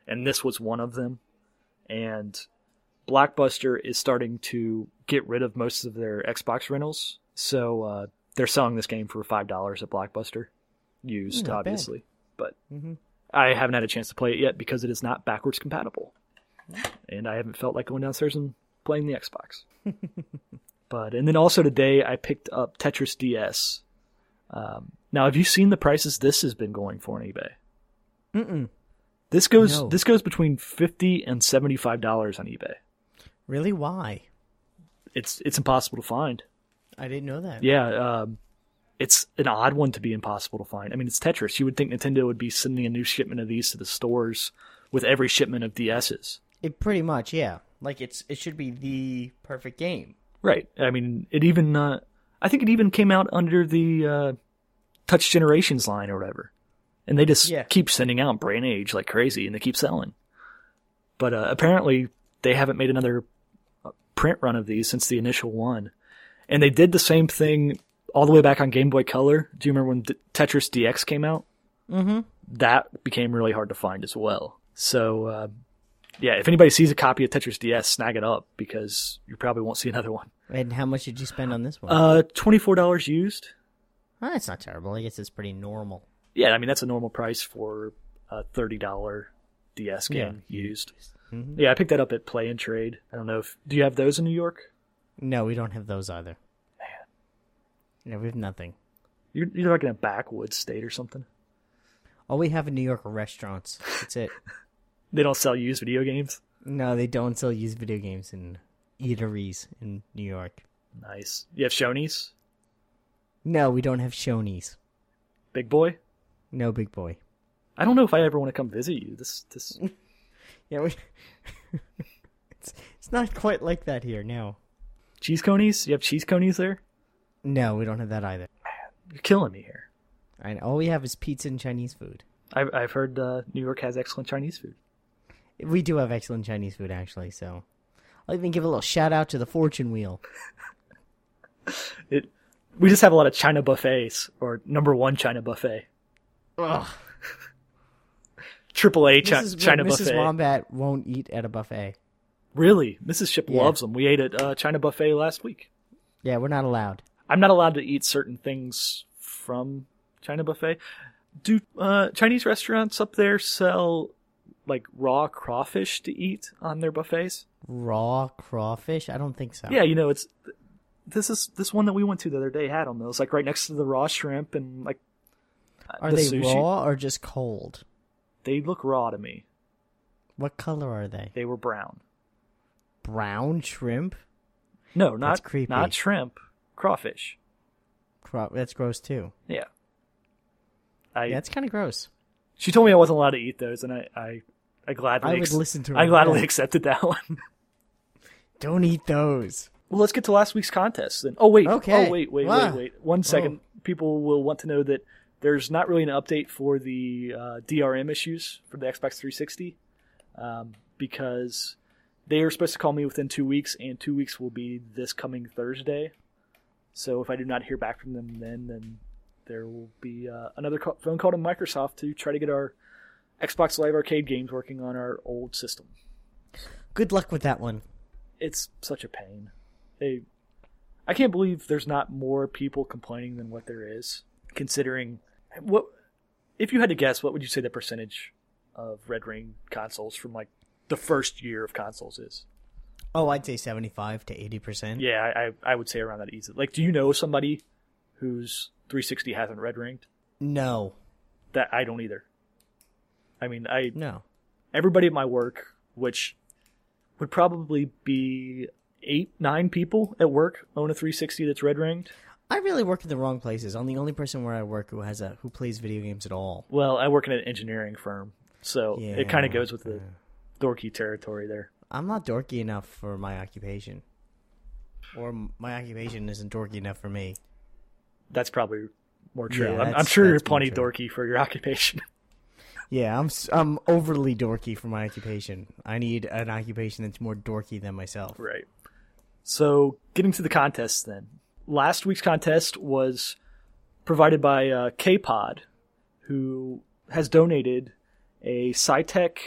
and this was one of them. And Blockbuster is starting to get rid of most of their Xbox rentals, so uh, they're selling this game for five dollars at Blockbuster, used Hmm, not bad. Mm-hmm. obviously. But I haven't had a chance to play it yet because it is not backwards compatible, and I haven't felt like going downstairs and playing the Xbox. but and then also today I picked up Tetris DS. Um, now, have you seen the prices this has been going for on eBay? Mm-mm. This goes No. this goes between fifty and seventy five dollars on eBay. Really? Why? It's it's impossible to find. I didn't know that. Yeah, um, it's an odd one to be impossible to find. I mean, it's Tetris. You would think Nintendo would be sending a new shipment of these to the stores with every shipment of DSs. It pretty much. Yeah. Like it's it should be the perfect game. Right. I mean, it even uh, I think it even came out under the uh, Touch Generations line or whatever, and they just Yeah. keep sending out Brain Age like crazy, and they keep selling. But uh, apparently, they haven't made another uh, print run of these since the initial one, and they did the same thing all the way back on Game Boy Color. Do you remember when D- Tetris DX came out? Mm-hmm. That became really hard to find as well. So. Uh, yeah, if anybody sees a copy of Tetris DS, snag it up because you probably won't see another one. And how much did you spend on this one? Uh, twenty four dollars used. Ah, that's not terrible. I guess it's pretty normal. Yeah, I mean that's a normal price for a thirty dollar DS game used. Yeah, I picked that up at Play and Trade. I don't know if do you have those in New York? No, we don't have those either. Man. No, we have nothing. You're, you're like in a backwoods state or something. All we have in New York are restaurants. That's it. They don't sell used video games. no, they don't sell used video games in eateries in New York. Nice. You have Shoney's, No, we don't have Shoney's. Big Boy. No, big boy. I don't know if I ever want to come visit you. This this Yeah, we. it's it's not quite like that here. No, cheese conies. You have cheese conies there. no, we don't have that either. You're killing me here. And all we have is pizza and Chinese food. I've I've heard uh, New York has excellent Chinese food. We do have excellent Chinese food, actually. So, I'll even give a little shout out to the Fortune Wheel. It. We just have a lot of China buffets or number one China buffet. Ugh. Triple A This chi- is what China Mrs. buffet. Wombat won't eat at a buffet. Really, Mrs. Ship Yeah. loves them. We ate at uh, China Buffet last week. Yeah, we're not allowed. I'm not allowed to eat certain things from China Buffet. Do uh, Chinese restaurants up there sell like raw crawfish to eat on their buffets? Raw crawfish? I don't think so. Yeah, you know it's this is this one that we went to the other day had on those like right next to the raw shrimp and like uh, Are the they sushi. raw or just cold? They look raw to me. What color are they? They were brown. Brown shrimp? No, not That's creepy. not shrimp, crawfish. Craw- that's gross too. Yeah. I yeah, it's kind of gross. she told me I wasn't allowed to eat those, and I I, I gladly I would listen to her, I gladly yeah. accepted that one. Don't eat those. well, let's get to last week's contest then. Oh wait, Okay. oh wait, wait, Wow. Oh. wait, wait. One second, people will want to know that there's not really an update for the uh, DRM issues for the Xbox 360 um, because they are supposed to call me within two weeks, and two weeks will be this coming Thursday. So if I do not hear back from them then, then there will be uh, another ca- phone call to Microsoft to try to get our Xbox Live Arcade games working on our old system. Good luck with that one. It's such a pain. They, I can't believe there's not more people complaining than what there is. Considering what, if you had to guess, what would you say the percentage of Red Ring consoles from like the first year of consoles is? Oh, I'd say 75 to 80%. Yeah, I, I, I would say around that easily. Like, do you know somebody whose 360 hasn't Red Ringed? No. That I don't either. I mean, I No. everybody at my work, which would probably be eight, nine people at work, own a 360 that's red ringed. I really work in the wrong places. I'm the only person where I work who has a who plays video games at all. Well, I work in an engineering firm, so it kind Yeah, of goes with the dorky territory there. I'm not dorky enough for my occupation. Or m- my occupation isn't dorky enough for me. That's probably more true. Yeah, I'm, I'm that's- sure you're that's more plenty true. dorky for your occupation. Yeah, I'm s- I'm overly dorky for my occupation. I need an occupation that's more dorky than myself. Right. So, getting to the contest then. Last week's contest was provided by uh, K-Pod, who has donated a SciTech.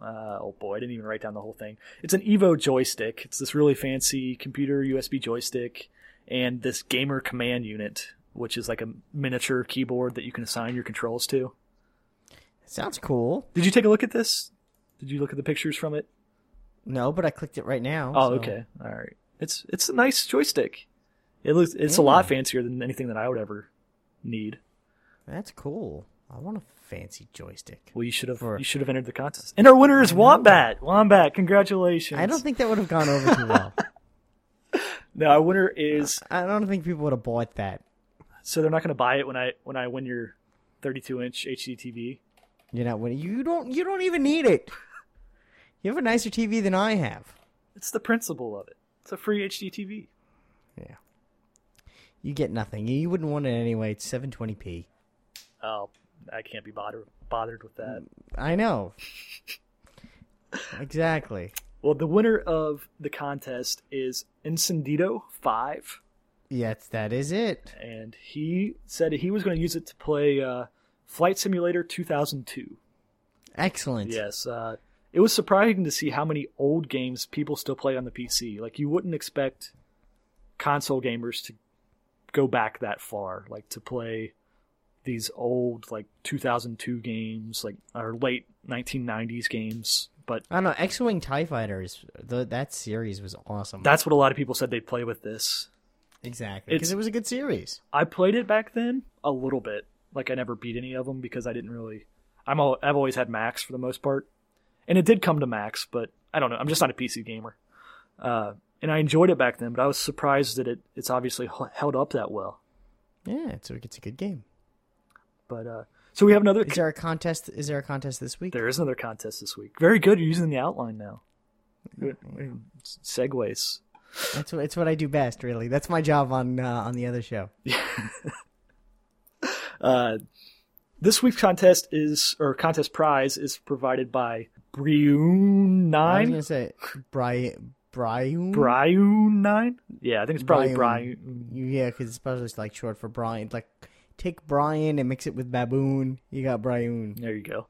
Uh, oh boy, I didn't even write down the whole thing. It's an Evo joystick. It's this really fancy computer USB joystick and this gamer command unit, which is like a miniature keyboard that you can assign your controls to. Sounds cool. Did you take a look at this? Did you look at the pictures from it? No, but I clicked it right now. Oh, so- okay. All right. It's it's a nice joystick. It looks it's a lot fancier than anything that I would ever need. That's cool. I want a fancy joystick. Well, you should have For- you should have entered the contest. And our winner is Wombat. Wombat, congratulations. I don't think that would have gone over too well. No, our winner is I don't think people would have bought that. so they're not going to buy it when I when I win your 32 inch HD TV. You're not winning. You don't. You don't even need it. You have a nicer TV than I have. It's the principle of it. It's a free HD TV. Yeah. You get nothing. You wouldn't want it anyway. It's 720p. Oh, I can't be bothered bothered with Hmm. that. I know. exactly. Well, the winner of the contest is Incendido 5. Yes, that is it. and he said he was going to use it to play uh, Flight Simulator 2002. Excellent. Yes, uh, it was surprising to see how many old games people still play on the PC. Like you wouldn't expect console gamers to go back that far, like to play these old like 2002 games, like or late 1990s games. But I don't know. X-wing Tie Fighters. The, that series was awesome. that's what a lot of people said they'd play with this. exactly because it's- it was a good series. I played it back then a little bit. Like I never beat any of them because I didn't really. I'm all, I've always had Max for the most part, and it did come to Max, but I don't know. I'm just not a PC gamer, uh, and I enjoyed it back then. But I was surprised that it it's obviously h- held up that well. Yeah, it's a, it's a good game. But uh, so we have another. Is there a contest? Is there a contest this week? there is another contest this week. Very good. You're using the outline now. Segways. That's what it's what I do best. Really, that's my job on uh, on the other show. Uh, this week's contest is or contest prize is provided by Brewn I was Nine. gonna say Brian Brian Brian nine? Yeah, I think it's probably Brian. Brian. Yeah, because it's probably just like short for Brian. Like take Brian and mix it with baboon. You got Brian. There you go.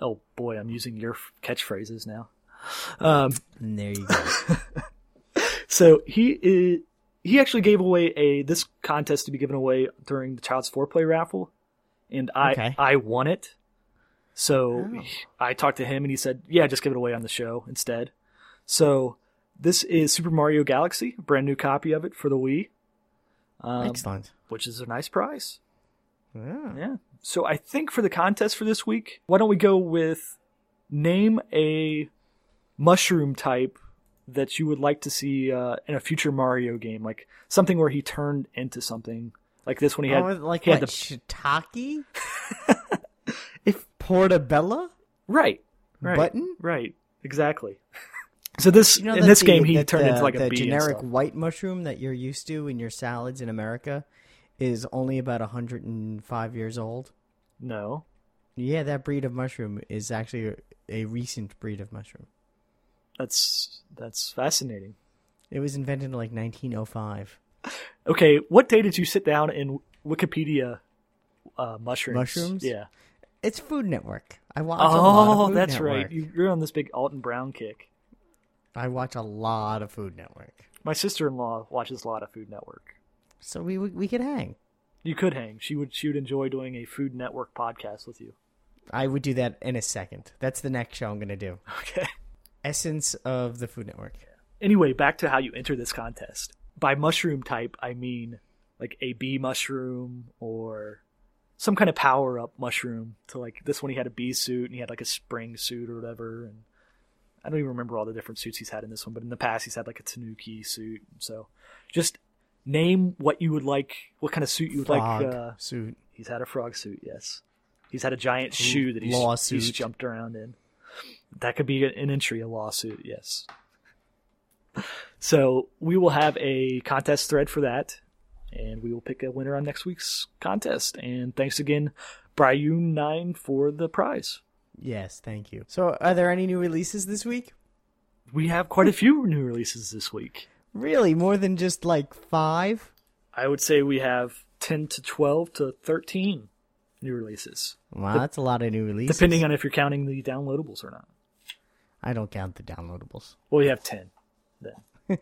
Oh boy, I'm using your f- catchphrases now. Um, And there you go. so he is, he actually gave away a this contest to be given away during the Child's Foreplay raffle, and I Okay. I won it. So Oh. I talked to him and he said, "Yeah, just give it away on the show instead." So this is Super Mario Galaxy, a brand new copy of it for the Wii, um, Excellent. which is a nice prize. Yeah. Yeah. So I think for the contest for this week, why don't we go with name a mushroom type that you would like to see uh, in a future Mario game, like something where he turned into something like this when he had oh, like he what? had the shiitake? if portabella right, right, button. right, exactly. so this in that this the- game he that turned the- into like a the bee and generic stuff. white mushroom that you're used to in your salads in America is only about 105 years old. No, Yeah, that breed of mushroom is actually a, a recent breed of mushroom. that's that's fascinating. It was invented in like 1905. Okay, what day did you sit down in Wikipedia uh, mushrooms? Mushrooms? Yeah. It's Food Network. I watch a lot of Oh, Food that's Network. right. You- You're on this big Alton Brown kick. I watch a lot of Food Network. My sister-in-law watches a lot of Food Network. So we we, we could hang. You could hang. She would. She would enjoy doing a Food Network podcast with you. I would do that in a second. That's the next show I'm going to do. Okay. Essence of the Food Network. Anyway, back to how you enter this contest. By mushroom type, I mean like a bee mushroom or some kind of power-up mushroom. To like this one, he had a bee suit and he had like a spring suit or whatever. And I don't even remember all the different suits he's had in this one, but in the past he's had like a Tanuki suit. So just name what you would like, what kind of suit you would Frog like. Uh, suit. He's had a frog suit, yes. He's had a giant shoe that he's, lawsuit. he's jumped around in. That could be an entry, a lawsuit, yes. So we will have a contest thread for that, and we will pick a winner on next week's contest. And thanks again, Brian9 for the prize. Yes, thank you. So, are there any new releases this week? We have quite a few new releases this week. Really, more than just like five? I would say we have 10 to 12 to 13 new releases, Wow, that's a lot of new releases. depending on if you're counting the downloadables or not. I don't count the downloadables. Well, we have 10 then.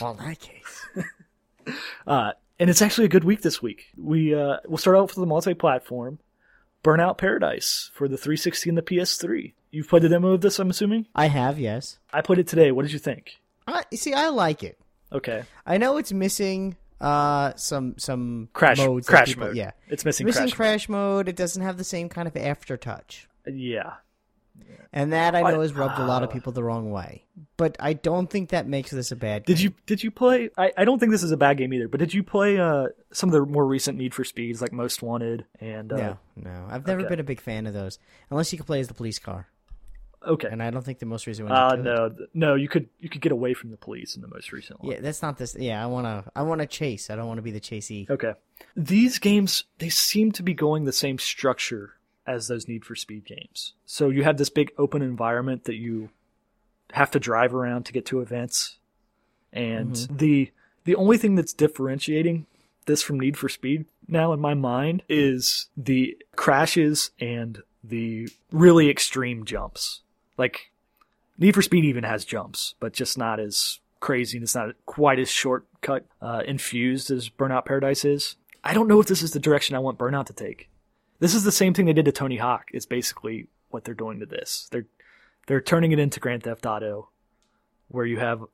Well, in that case, Uh, and it's actually a good week this week. We uh, we'll start out with the multi-platform Burnout Paradise for the 360 and the PS3. You've played the demo of this, I'm assuming. I have yes. I played it today. What did you think? I you see. I like it. Okay, I know it's missing uh some some crash modes that crash people- mode. Yeah, it's missing, missing crash, crash. mode. It doesn't have the same kind of aftertouch, mode. Yeah, and that I I- know has rubbed a Ah. lot of people the wrong way. But I don't think that makes this a bad. Did you did you play? I, I don't think this is a bad game either. But did you play uh, some of the more recent Need for Speeds like Most Wanted and uh, No, no. I've never Okay. been a big fan of those, unless you can play as the police car, Okay. and I don't think the most recent one. Uh, no, th- no. You could you could get away from the police in the most recent one. Yeah, that's not this. Yeah, I wanna, I wanna chase. I don't wanna be the chasee. Okay. These games, they seem to be going the same structure as those Need for Speed games. So you have this big open environment that you have to drive around to get to events. And the the only thing that's differentiating this from Need for Speed now in my mind is the crashes and the really extreme jumps. Like Need for Speed even has jumps, but just not as crazy and it's not quite as shortcut uh, infused as Burnout Paradise is. I don't know if this is the direction I want Burnout to take. This is the same thing they did to Tony Hawk. Is basically what they're doing to this. They're they're turning it into Grand Theft Auto, where you have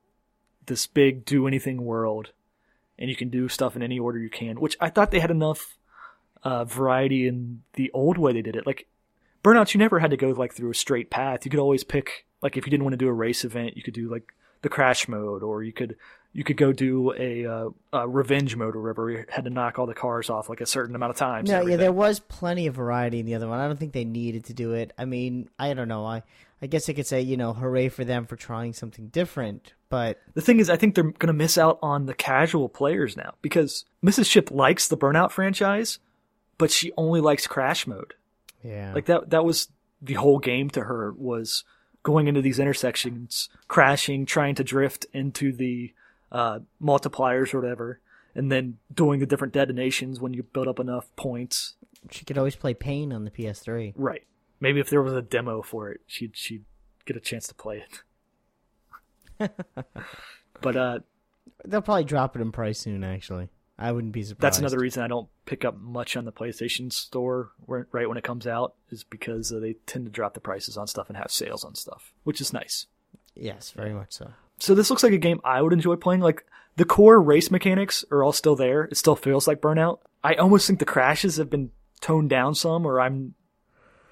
this big do anything world, and you can do stuff in any order you can. Which I thought they had enough uh, variety in the old way they did it. Like burnouts you never had to go like through a straight path you could always pick like if you didn't want to do a race event you could do like the crash mode or you could you could go do a, uh, a revenge mode or whatever you had to knock all the cars off like a certain amount of times and No, yeah, everything. there was plenty of variety in the other one. I don't think they needed to do it. I mean, I don't know. I, I guess I could say, you know, hooray for them for trying something different. But the thing is i think they're going to miss out on the casual players now because mrs ship likes the burnout franchise but she only likes crash mode yeah, like that that was the whole game to her was going into these intersections crashing trying to drift into the uh, multipliers or whatever and then doing the different detonations when you build up enough points she could always play Pain on the PS3. right Maybe if there was a demo for it, she'd she'd get a chance to play it. but uh, They'll probably drop it in price soon. Actually, I wouldn't be surprised. that's another reason I don't pick up much on the PlayStation Store where- right when it comes out is because uh, they tend to drop the prices on stuff and have sales on stuff, which is nice. Yes, very much so. So this looks like a game I would enjoy playing. Like the core race mechanics are all still there. It still feels like Burnout. I almost think the crashes have been toned down some, or I'm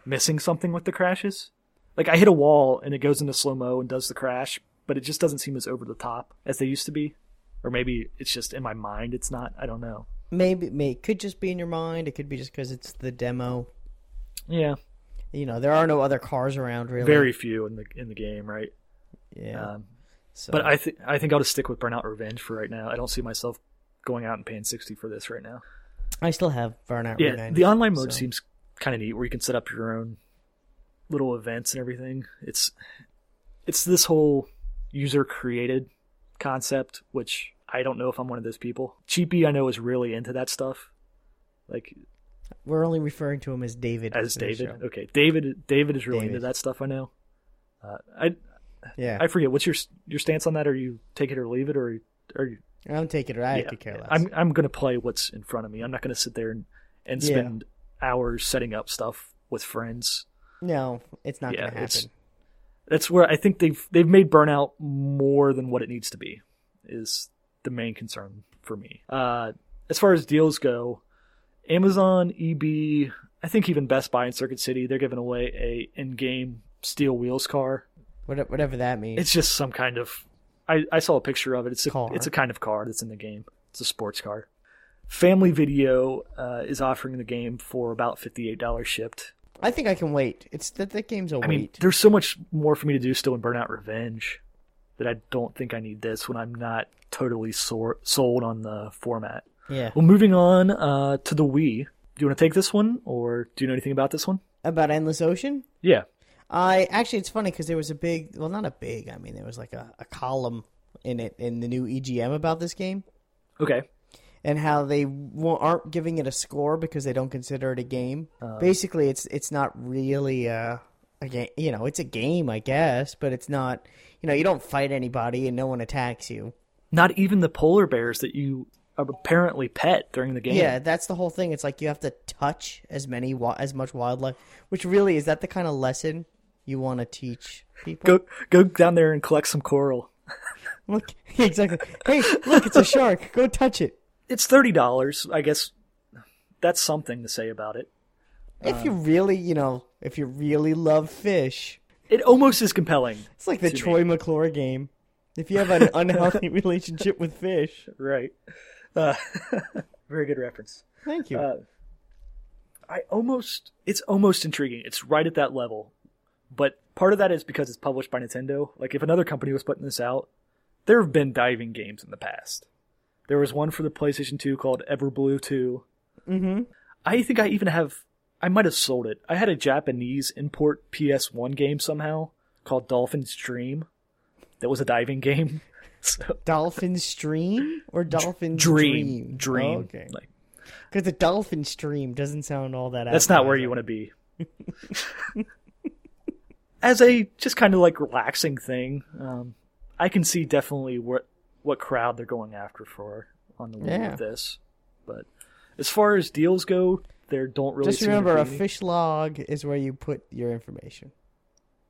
missing something with the crashes. Like I hit a wall and it goes into slow mo and does the crash, but it just doesn't seem as over the top as they used to be. Or maybe it's just in my mind. It's not. I don't know. Maybe, may it could just be in your mind. It could be just because it's the demo. Yeah, You know, there are no other cars around really. very few in the in the game, right? yeah. Um, so. but I think I think I'll just stick with Burnout Revenge for right now. I don't see myself going out and paying sixty for this right now. I still have Burnout. Yeah, Revenge, the online mode so- seems kind of neat, where you can set up your own little events and everything. It's it's this whole user created concept, which I don't know if I'm one of those people. Cheapy, I know, is really into that stuff. Like We're only referring to him as David. as in the David, show. okay, David, David is really David. into that stuff. I know. Uh, I Yeah, I forget what's your your stance on that. Are you take it or leave it, or are you I don't take it. I Yeah, could care less. I'm I'm gonna play what's in front of me. I'm not gonna sit there and, and Yeah. spend hours setting up stuff with friends. no, it's not Yeah, going to it's- happen. That's where I think they've they've made burnout more than what it needs to be, is the main concern for me. Uh, as far as deals go, Amazon, EB, I think even Best Buy and Circuit City, they're giving away a in-game steel wheels car. Whatever, whatever that means. It's just some kind of. I, I saw a picture of it. It's a Car. it's a kind of car that's in the game. It's a sports car. Family Video uh, is offering the game for about fifty eight dollars shipped. I think I can wait. It's that that game's a I mean, wait. there's so much more for me to do still in Burnout Revenge that I don't think I need this when I'm not totally sor- sold on the format. yeah. Well, moving on uh, to the Wii. Do you want to take this one, or do you know anything about this one? About Endless Ocean. Yeah, I actually, it's funny because there was a big, well, not a big. I mean, there was like a, a column in it in the new EGM about this game okay. and how they wa- aren't giving it a score because they don't consider it a game. Basically, it's it's not really a, a game. You know, it's a game, I guess, but it's not. You know, you don't fight anybody and no one attacks you. Not even the polar bears that you apparently pet during the game. Yeah, that's the whole thing. It's like you have to touch as many wi- as much wildlife, which really is that the kind of lesson you want to teach people. go go down there and collect some coral. Look, exactly. Hey, look, it's a shark. Go touch it. It's thirty dollars, I guess. That's something to say about it. Uh. If you really, you know, if you really love fish, It almost is compelling, it's like the To me. Troy McClure game. If you have an unhealthy relationship with fish, right? Uh, very good reference. thank you. Uh, I almost it's almost intriguing. It's right at that level. But part of that is because it's published by Nintendo. Like if another company was putting this out, there have been diving games in the past. There was one for the PlayStation 2 called Everblue 2. Mhm. I think I even have I might have sold it. I had a Japanese import PS1 game somehow called Dolphin's Dream. That was a diving game. So dolphin stream or dolphin Dream, dream? dream. Oh, okay, Like because the dolphin stream doesn't sound all that. That's not where you want to be. As a just kind of like relaxing thing, um, I can see definitely what what crowd they're going after for on the Wii Yeah. with this. But as far as deals go, there don't really Just seem to remember, a be any. fish log is where you put your information.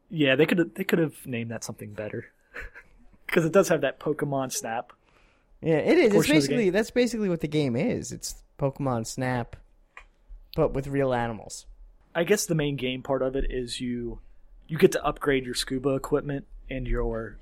Yeah, they could they could have named that something better because it does have that Pokemon Snap. Yeah, it is. It's portion of the basically game. that's basically what the game is. It's Pokemon Snap, but with real animals. I guess the main game part of it is you you get to upgrade your scuba equipment and your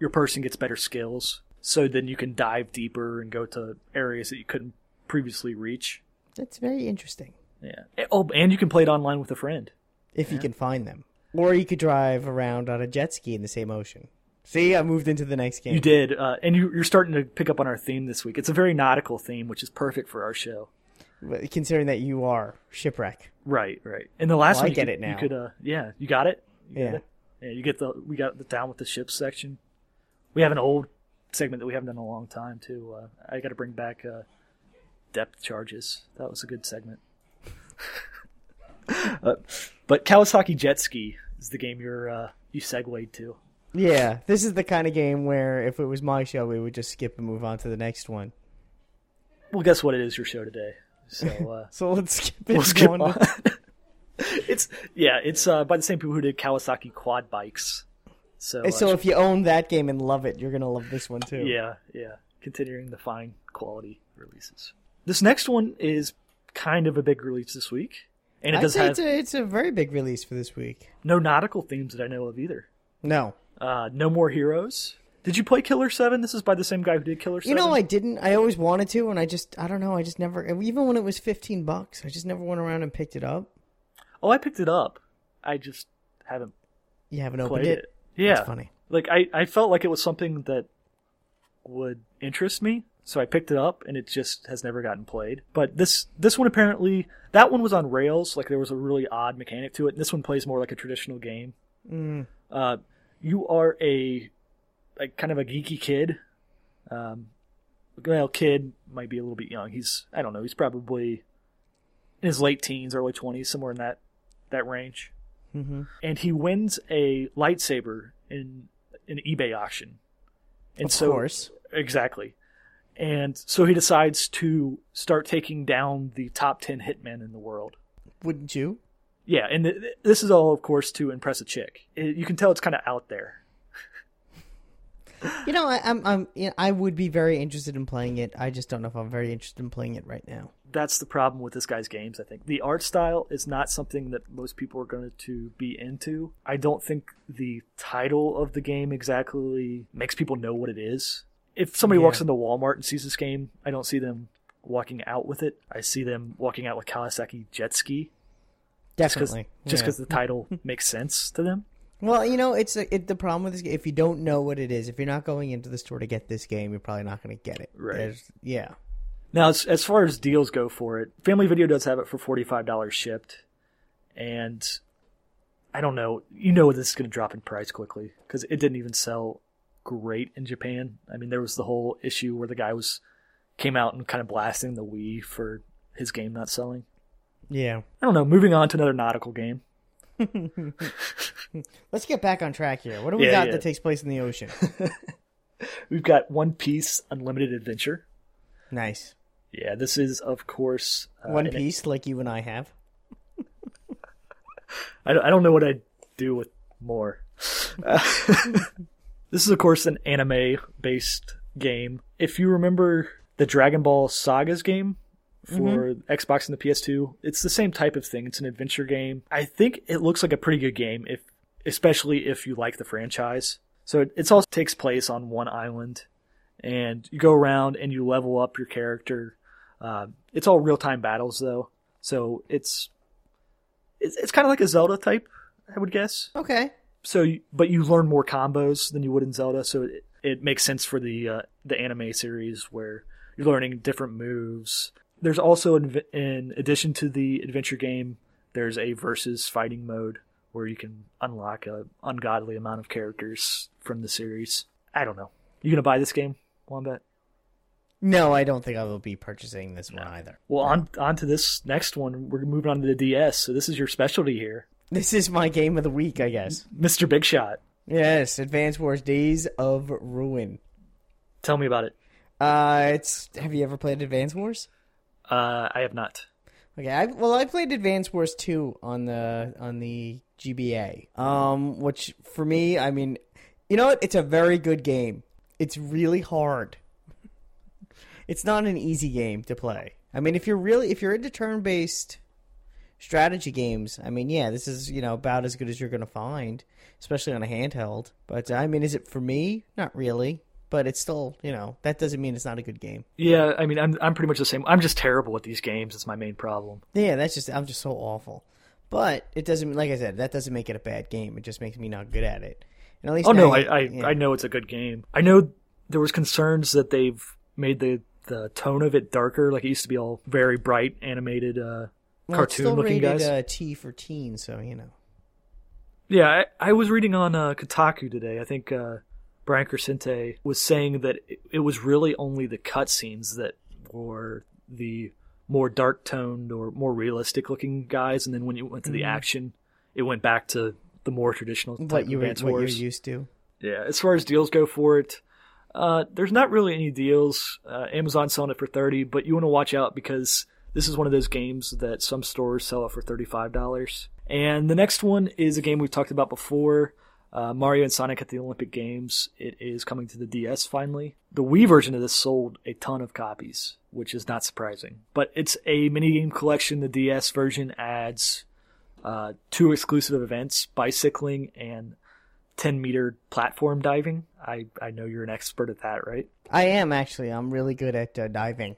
your person gets better skills. So then you can dive deeper and go to areas that you couldn't previously reach. That's very interesting. Yeah. Oh, and you can play it online with a friend. If you can find them, or you could drive around on a jet ski in the same ocean. See, I moved into the next game. You did, uh, and you, you're starting to pick up on our theme this week. It's a very nautical theme, which is perfect for our show. But Considering that you are shipwreck. Right, right. And the last Well, I one, you get could, it now. You could, uh, yeah, you got it. You got Yeah. it? yeah. You get the we got the down with the ship section. We have an old segment that we haven't done in a long time too. Uh, I got to bring back uh, depth charges. That was a good segment. Uh, But Kawasaki Jet Ski is the game you're uh, you segued to. Yeah, this is the kind of game where if it was my show, we would just skip and move on to the next one. Well, guess what? It is your show today. So uh, So let's skip it. we'll skip going on. to- it's yeah, it's uh, by the same people who did Kawasaki quad bikes. So, uh, so if you own that game and love it, you're gonna love this one too. Yeah, yeah. Continuing the fine quality releases. This next one is kind of a big release this week, and it I'd does say have it's, a, it's a very big release for this week. no nautical themes that I know of either. No, Uh, no more heroes. Did you play Killer Seven? This is by the same guy who did Killer you Seven. know I didn't. I always wanted to, and I just I don't know. I just never. Even when it was fifteen bucks, I just never went around and picked it up. oh, I picked it up. I just haven't You haven't played opened it. it. Yeah, That's funny. Like I, I felt like it was something that would interest me, so I picked it up, and it just has never gotten played. But this this one apparently that one was on rails. Like there was a really odd mechanic to it. And this one plays more like a traditional game. Hmm. Uh, you are a like kind of a geeky kid. Um, well, kid might be a little bit young. He's I don't know. He's probably in his late teens, early twenties, somewhere in that that range Mm-hmm. and he wins a lightsaber in an eBay auction. And Of so, course. exactly. And so he decides to start taking down the top ten hitmen in the world. Wouldn't you? Yeah, and th- th- this is all, of course, to impress a chick. It- you can tell it's kind of out there. You know, I, I'm, I'm, you know, I would be very interested in playing it. I just don't know if I'm very interested in playing it right now. That's the problem with this guy's games. I think the art style is not something that most people are going to be into. I don't think the title of the game exactly makes people know what it is. if somebody walks into Walmart and sees this game, I don't see them walking out with it. I see them walking out with Kawasaki Jet Ski because Definitely, just Yeah. because the title makes sense to them. Well, you know, it's a, it, the problem with this. If you don't know what it is, if you're not going into the store to get this game, you're probably not going to get it. Right. yeah. Now, as, as far as deals go for it, Family Video does have it for forty five dollars shipped, and I don't know. You know this is going to drop in price quickly because it didn't even sell great in Japan. I mean, there was the whole issue where the guy was came out and kind of blasting the Wii for his game not selling. Yeah. I don't know. Moving on to another nautical game. Let's get back on track here. What do we Yeah, got yeah. that takes place in the ocean? We've got One Piece Unlimited Adventure. nice. Yeah, this is of course uh, One an- Piece, like you and I have. I don't, I don't know what I'd do with more. Uh, this is of course an anime based game. If you remember the Dragon Ball Sagas game for Xbox and the PS2, it's the same type of thing. It's an adventure game. I think it looks like a pretty good game if especially if you like the franchise. So it it's all takes place on one island and you go around and you level up your character. Uh, it's all real time battles though. So it's it's, it's kind of like a Zelda type, I would guess. Okay. So, you- but you learn more combos than you would in Zelda, so it, it makes sense for the uh, the anime series where you're learning different moves. There's also, in, in addition to the adventure game, there's a versus fighting mode where you can unlock a ungodly amount of characters from the series. I don't know. You gonna buy this game, Wombat? No, I don't think I will be purchasing this one either. Well, on on to this next one. We're moving on to the DS. So this is your specialty here, This is my game of the week, I guess. Mr. Big Shot. Yes, Advance Wars: Days of Ruin. Tell me about it. Uh, it's. Have you ever played Advance Wars? Uh, I have not. Okay, I, well, I played Advance Wars two on the on the GBA. Um, which for me, I mean, you know what? It's a very good game. It's really hard. It's not an easy game to play. I mean, if you're really if you're into turn based strategy games, I mean, yeah, this is you know about as good as you're gonna find, especially on a handheld. But I mean, is it for me? Not really. But it's still, you know, that doesn't mean it's not a good game. Yeah, I mean, I'm I'm pretty much the same. I'm just terrible at these games. It's my main problem. Yeah, that's just I'm just so awful. But it doesn't like I said, that doesn't make it a bad game. It just makes me not good at it. And at least Oh no, now- I I, yeah. I know it's a good game. I know there was concerns that they've made the the tone of it darker. Like it used to be all very bright animated uh, Well, it's cartoon still looking rated, guys. Uh, T for teen, so you know. Yeah, I, I was reading on uh, Kotaku today. I think uh, Brian Crescente was saying that it, it was really only the cutscenes that were the more dark toned or more realistic looking guys, and then when you went to the action, it went back to the more traditional type Mm-hmm. what of you were, Advance what you're Wars. used to. Yeah, as far as deals go for it, uh, there's not really any deals. Uh, Amazon's selling it for thirty, but you want to watch out because this is one of those games that some stores sell it for thirty-five dollars. And the next one is a game we've talked about before. Uh, Mario and Sonic at the Olympic Games. It is coming to the DS finally. The Wii version of this sold a ton of copies, which is not surprising. But it's a minigame collection. The DS version adds uh, two exclusive events bicycling and 10 meter platform diving. I, I know you're an expert at that, right? I am actually. I'm really good at uh, diving.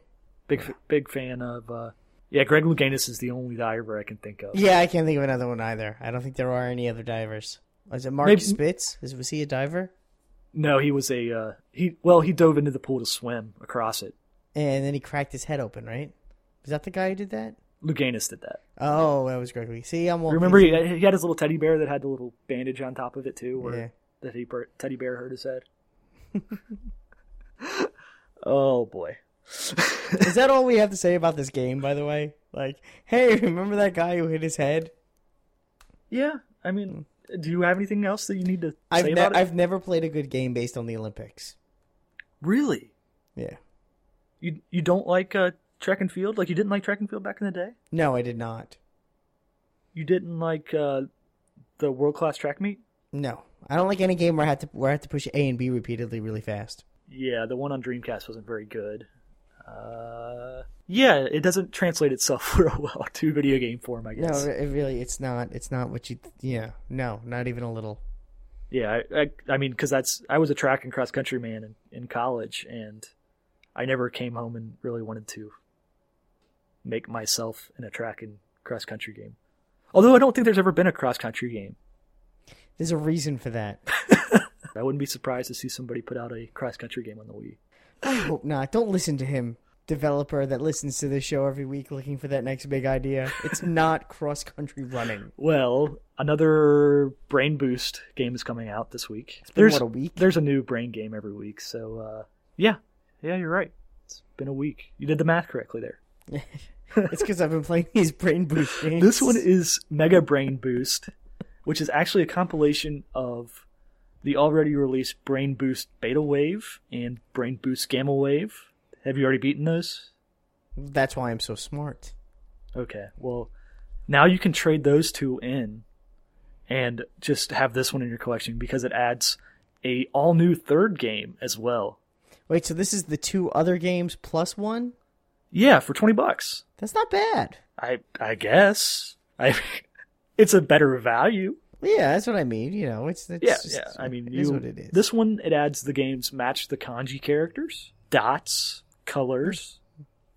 Big f- big fan of uh yeah, Greg Louganis is the only diver I can think of. Yeah, I can't think of another one either. I don't think there are any other divers. Was it Mark Maybe- Spitz? Is was he a diver? No, he was a uh he well, he dove into the pool to swim across it. And then he cracked his head open, right? Was that the guy who did that? Louganis did that. Oh, that was Gregory. See, I'm all Remember he, he had his little teddy bear that had the little bandage on top of it too where Yeah. the teddy bear, teddy bear hurt his head. oh boy. Is that all we have to say about this game? By the way, like, hey, remember that guy who hit his head? Yeah, I mean, do you have anything else that you need to say I've ne- about it? I've never played a good game based on the Olympics. Really? Yeah. You you don't like uh, track and field? Like you didn't like track and field back in the day? No, I did not. You didn't like uh, the world class track meet? No, I don't like any game where I had to where I had to push A and B repeatedly really fast. Yeah, the one on Dreamcast wasn't very good. Uh, yeah, it doesn't translate itself real well to video game form, I No, guess. it really, it's not. It's not what you. Yeah, no, not even a little. Yeah, I, I, I mean, because that's I was a track and cross country man in, in college, and I never came home and really wanted to make myself in a track and cross country game. Although I don't think there's ever been a cross country game. There's a reason for that. I wouldn't be surprised to see somebody put out a cross country game on the Wii. I hope not. Don't listen to him, developer that listens to this show every week looking for that next big idea. It's not cross country running. Well, another brain boost game is coming out this week. been, there's what, a week? There's a new brain game every week. So uh, yeah, yeah, you're right. It's been a week. You did the math correctly there. It's because I've been playing these brain boost games. This one is Mega Brain Boost, which is actually a compilation of the already released Brain Boost Beta Wave and Brain Boost Gamma Wave. Have you already beaten those? That's why I'm so smart. Okay. Well, now you can trade those two in and just have this one in your collection because it adds a all new third game as well. Wait, so this is the two other games plus one? Yeah, for 20 bucks. That's not bad. I I guess. I it's a better value. Yeah, that's what I mean. You know, it's, it's Yeah, just- yeah. I mean, it you is what it is. this one it adds the games match the kanji characters, dots, colors,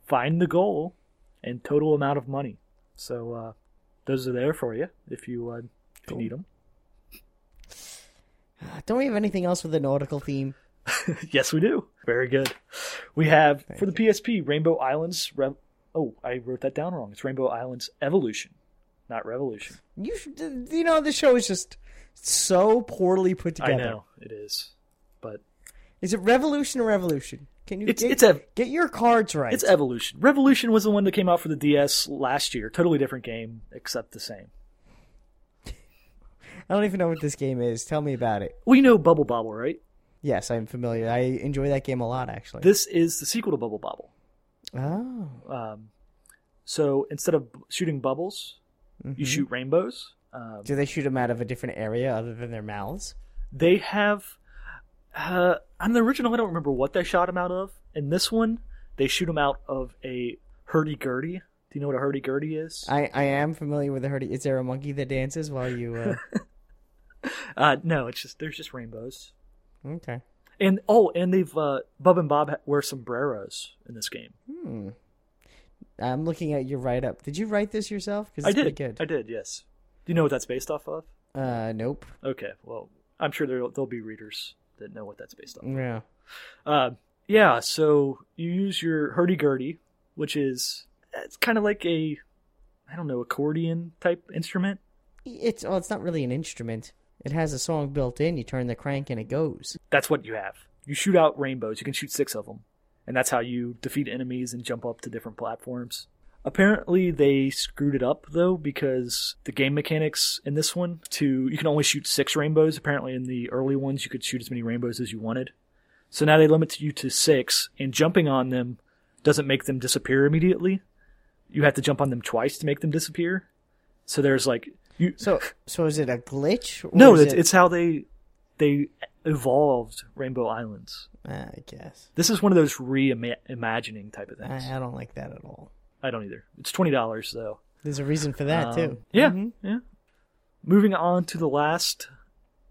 find the goal, and total amount of money. So uh those are there for you if you uh, if you need them. Don't we have anything else with a nautical theme? yes, we do. Very good. We have for the PSP Rainbow Islands. Rev- oh, I wrote that down wrong. It's Rainbow Islands Evolution, not Revolution. You, should- you know, this show is just so poorly put together. I know it is, but Is it revolution or revolution? Can you It's- get, it's a- get your cards right? it's Evolution. Revolution was the one that came out for the DS last year. Totally different game, except the same. I don't even know what this game is. Tell me about it. We know Bubble Bobble, right? Yes, I'm familiar. I enjoy that game a lot, actually. This is the sequel to Bubble Bobble. oh, Um, so instead of b- shooting bubbles, Mm-hmm. you shoot rainbows. Um, do they shoot them out of a different area other than their mouths? they have uh on the original i don't remember what they shot him out of in this one they shoot him out of a hurdy-gurdy do you know what a hurdy-gurdy is I, I am familiar with the hurdy. Is there a monkey that dances while you? Uh... uh no it's just there's just rainbows okay. and oh and they've uh bub and bob ha- wear sombreros in this game I'm looking at your write up. Did you write this yourself? Because i did Good. i did yes do you know what that's based off of Uh, nope. okay well i'm sure there'll, there'll be readers that know what that's based off Yeah. Uh, yeah, so you use your hurdy-gurdy, which is it's kind of like a I don't know accordion type instrument. It's well, it's not really an instrument. It has a song built in. You turn the crank and it goes. That's what you have. You shoot out rainbows. You can shoot six of them, and that's how you defeat enemies and jump up to different platforms. Apparently they screwed it up though because the game mechanics in this one to you can only shoot 6 rainbows apparently in the early ones you could shoot as many rainbows as you wanted. So now they limit you to 6 and jumping on them doesn't make them disappear immediately. You have to jump on them twice to make them disappear. So there's like you So, so is it a glitch? Or no, is it's, it- it's how they they evolved Rainbow Islands. Ah, I guess This is one of those reimagining type of I, things. I don't like that at all. I don't either. It's twenty dollars though. There's a reason for that Um, too. Yeah, Mhm. yeah. Moving on to the last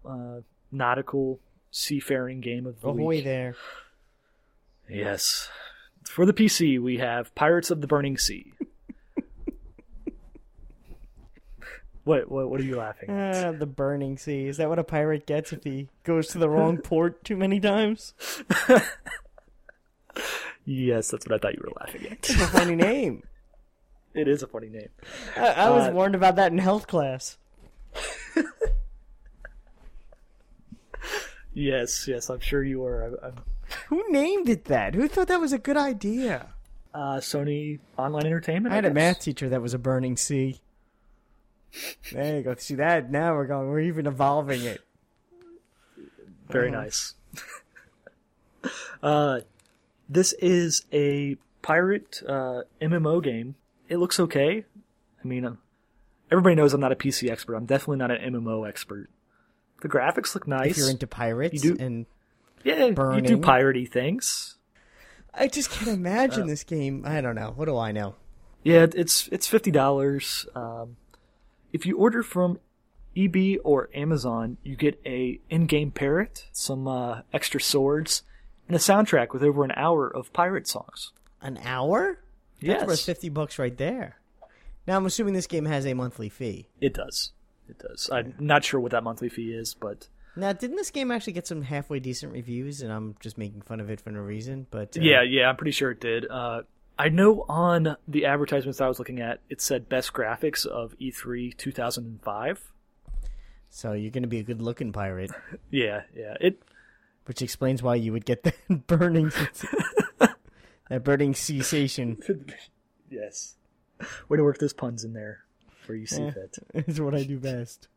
uh, nautical seafaring game of the Ahoy week. there. Yes, for the PC we have Pirates of the Burning Sea. what, what what are you laughing at? Ah, the burning sea. Is that what a pirate gets if he goes to the wrong port too many times? Yes, that's what I thought you were laughing at. It's a funny name. it is a funny name. I, I was Uh, warned about that in health class. Yes, yes, I'm sure you are. I- I'm Who named it that? Who thought that was a good idea? uh, Sony Online Entertainment. I had a guess. math teacher that was a burning sea. There you go. See that? Now we're going. We're even evolving it. Very Uh-huh. nice. uh, this is a pirate uh, MMO game. It looks okay. I mean, um, everybody knows I'm not a PC expert. I'm definitely not an MMO expert. The graphics look nice. If you're into pirates, You do- and yeah, you do burning. piratey things. I just can't imagine this game. I don't know. What do I know? Yeah, it- it's it's fifty dollars. Um, if you order from EB or Amazon, you get a in-game parrot, some uh, extra swords, and a soundtrack with over an hour of pirate songs. An hour? That's worth Yes, fifty bucks right there. Now I'm assuming this game has a monthly fee. it does. It does. I'm not sure what that monthly fee is, but Now, didn't this game actually get some halfway decent reviews? And I'm just making fun of it for no reason. But uh, yeah, yeah, I'm pretty sure it did. Uh, I know on the advertisements I was looking at, it said best graphics of E E3 2005. So you're going to be a good-looking pirate, Yeah, yeah. It which explains why you would get that burning, that burning cessation. yes. Way to work those puns in there where you see Yeah. fit. Is what I do best.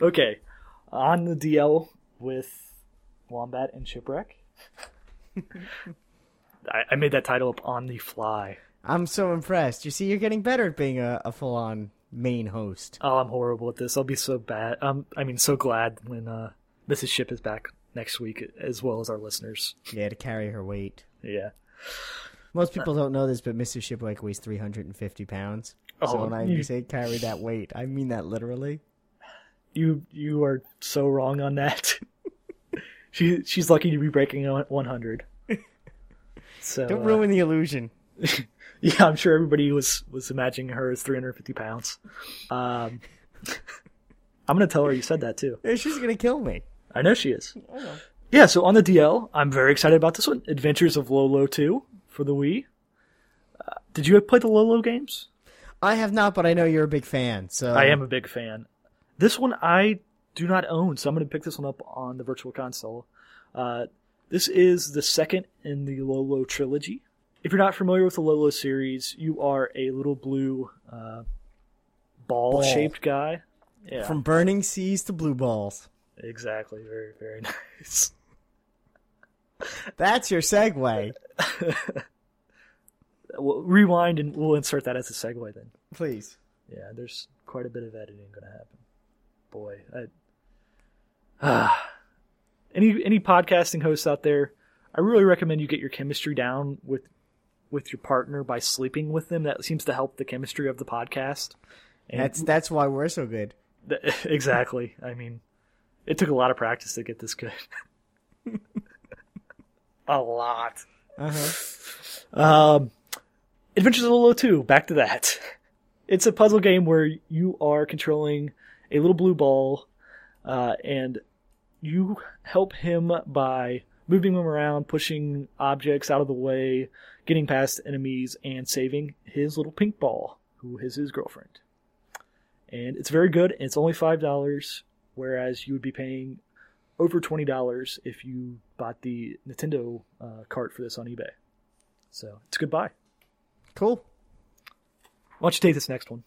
Okay. On the DL with Wombat and Shipwreck. I, I made that title up on the fly. I'm so impressed. You see, you're getting better at being a, a full-on main host. Oh, I'm horrible at this. I'll be so bad. Um, I mean, so glad when uh, Mrs. Ship is back next week, as well as our listeners. Yeah, to carry her weight. Yeah. Most people don't know this, but Mrs. Shipwreck weighs 350 pounds. so Oh, when I you- say carry that weight, I mean that literally. You you are so wrong on that. she she's lucky to be breaking on 100. So Don't uh, ruin the illusion. Yeah, I'm sure everybody was was imagining her as 350 pounds. Um, I'm gonna tell her you said that too. She's gonna kill me. I know she is. Yeah, so on the DL, I'm very excited about this one. Adventures of Lolo 2 for the Wii. Uh, did you play the Lolo games? I have not, but I know you're a big fan. So I am a big fan. This one I do not own, so I'm gonna pick this one up on the Virtual Console. Uh, this is the second in the Lolo trilogy. If you're not familiar with the Lolo series, you are a little blue uh, ball-shaped guy. Yeah, from burning seas to blue balls. exactly. Very, very nice. That's your segue, We'll rewind and we'll insert that as a segue then. please. Yeah, there's quite a bit of editing going to happen. Boy, I, any any podcasting hosts out there, I really recommend you get your chemistry down with with your partner by sleeping with them. That seems to help the chemistry of the podcast. And That's that's why we're so good. th- exactly. I mean, it took a lot of practice to get this good. a lot. Um, Adventures of Lolo 2, back to that. It's a puzzle game where you are controlling a little blue ball, uh, and you help him by moving him around, pushing objects out of the way, getting past enemies, and saving his little pink ball, who is his girlfriend. And it's very good, and it's only $5, whereas you would be paying over $20 if you bought the Nintendo uh, cart for this on eBay. So it's a good buy. Cool. Why don't you take this next one?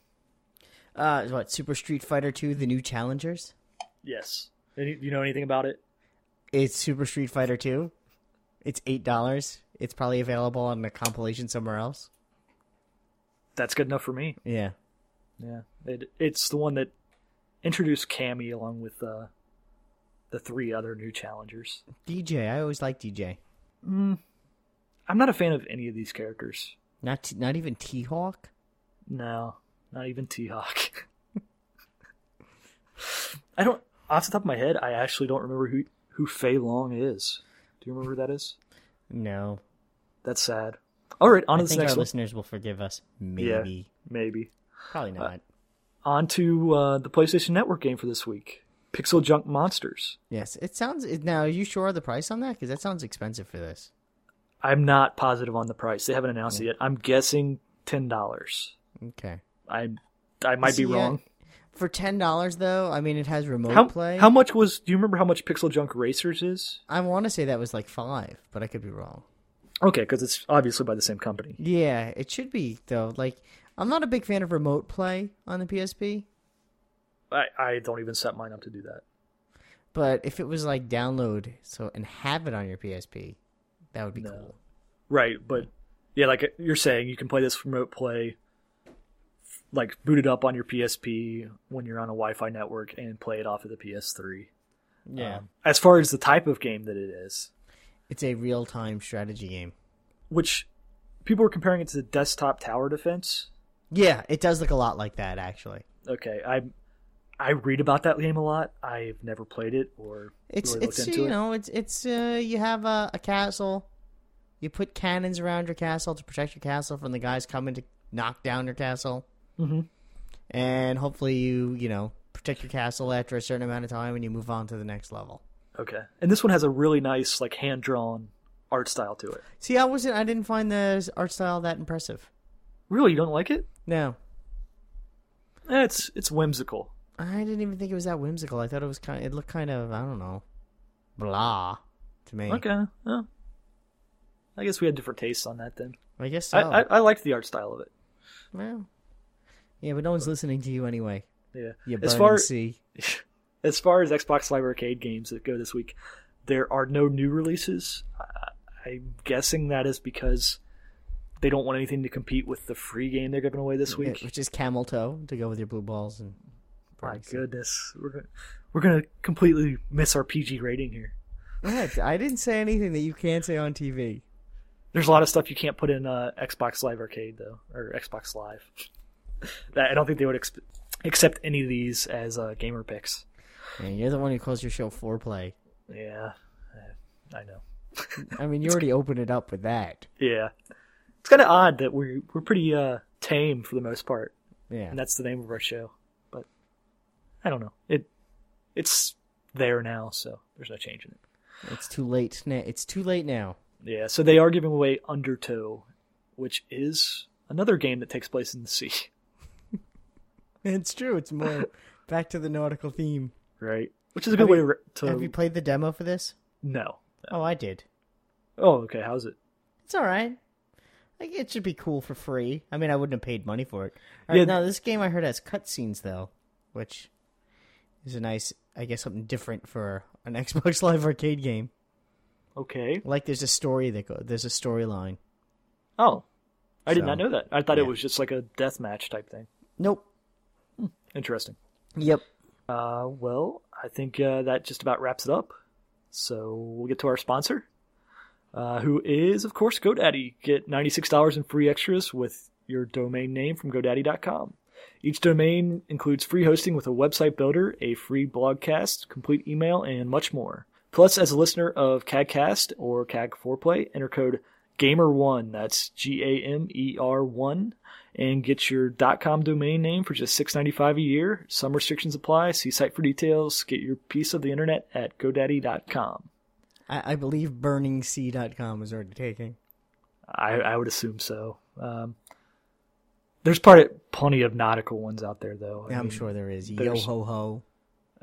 Uh, what Super Street Fighter Two: The New Challengers? Yes. Any, do you know anything about it? It's Super Street Fighter Two. It's eight dollars. It's probably available on a compilation somewhere else. That's good enough for me. Yeah. Yeah, it, it's the one that introduced Cammy along with uh, the three other new challengers. DJ. I always like DJ. I'm not a fan of any of these characters. Not t- not even T Hawk. No, not even T Hawk. I don't. Off the top of my head, I actually don't remember who who Fei Long is. Do you remember who that is? No. That's sad. All right, on to I this think our next one. listeners will forgive us. Maybe. Yeah, maybe. Probably not. On to uh, the PlayStation Network game for this week: Pixel Junk Monsters. yes. It sounds. it- Now, are you sure of the price on that? Because that sounds expensive for this. I'm not positive on the price. They haven't announced it yet. I'm guessing ten dollars. Okay. I I might be See, yeah, wrong. For ten dollars, though, I mean, it has remote How play. how much was? Do you remember how much Pixel Junk Racers is? I want to say that was like five, but I could be wrong. Okay, because it's obviously by the same company. Yeah, it should be though. Like, I'm not a big fan of remote play on the PSP, I I don't even set mine up to do that. but if it was like download so and have it on your PSP, that would be No. cool. Right, but yeah, like you're saying, you can play this remote play, like boot it up on your PSP when you're on a Wi-Fi network and play it off of the PS3. Yeah, Um, as far as the type of game that it is, it's a real time strategy game. which people were comparing it to Desktop Tower Defense. Yeah, it does look a lot like that actually. Okay, I I read about that game a lot. I've never played it or It's really it's looked into you it. know it's it's uh, you have a, a castle, you put cannons around your castle to protect your castle from the guys coming to knock down your castle, Mhm. and hopefully you you know protect your castle after a certain amount of time and you move on to the next level. Okay, and this one has a really nice like hand drawn art style to it. See, I wasn't. I didn't find the art style that impressive. Really, you don't like it? No, Eh, It's it's whimsical. I didn't even think it was that whimsical. I thought it was kind. It looked kind of. I don't know. Blah to me. Okay. yeah. I guess we had different tastes on that then. I guess so. I, I I liked the art style of it. Well, yeah, but no one's listening to you anyway. Yeah. You as burning far sea. as far as Xbox Live Arcade games that go this week, there are no new releases. I, I'm guessing that is because they don't want anything to compete with the free game they're giving away this Yeah, week. eh, which is camel toe to go with your blue balls and My Braxton. goodness, we're gonna, we're gonna completely miss our PG rating here. What? I didn't say anything that you can't say on TV. There's a lot of stuff you can't put in uh, Xbox Live Arcade though, or Xbox Live. that I don't think they would ex- accept any of these as uh, gamer picks. And you're the one who calls your show foreplay. Yeah, I- I know. I mean, you already opened it up with that. Yeah, it's kind of odd that we're we're pretty uh, tame for the most part, Yeah. and that's the name of our show. But I don't know. It it's there now, so there's no changing it. It's too late. Now. It's too late now. Yeah, so they are giving away Undertow, which is another game that takes place in the sea. It's true. It's more back to the nautical theme. Right. Which is a good way to. re- to Have you played the demo for this? no. Oh, I did. Oh, okay. How's it? It's all right. Like it should be cool for free. I mean, I wouldn't have paid money for it. All right, Yeah. Now this game I heard has cutscenes though, which is a nice, I guess, something different for an Xbox Live Arcade game. Okay. Like there's a story that go, there's a storyline. Oh, I did So, not know that. I thought yeah. it was just like a death match type thing. Nope. Interesting. Yep. Uh, well, I think uh, that just about wraps it up. So we'll get to our sponsor, uh, who is, of course, GoDaddy. Get $96 in free extras with your domain name from GoDaddy.com. Each domain includes free hosting with a website builder, a free blogcast, complete email, and much more. Plus, as a listener of CAGcast or CAG4Play, enter code GAMER1, that's G A M E R 1, and get your .com domain name for just $6.95 a year. Some restrictions apply. See site for details. Get your piece of the internet at GoDaddy.com. I, I believe burningsea.com was already taken. I, I would assume so. Um, there's probably plenty of nautical ones out there, though. I I'm mean, sure there is. Yo there's- ho ho.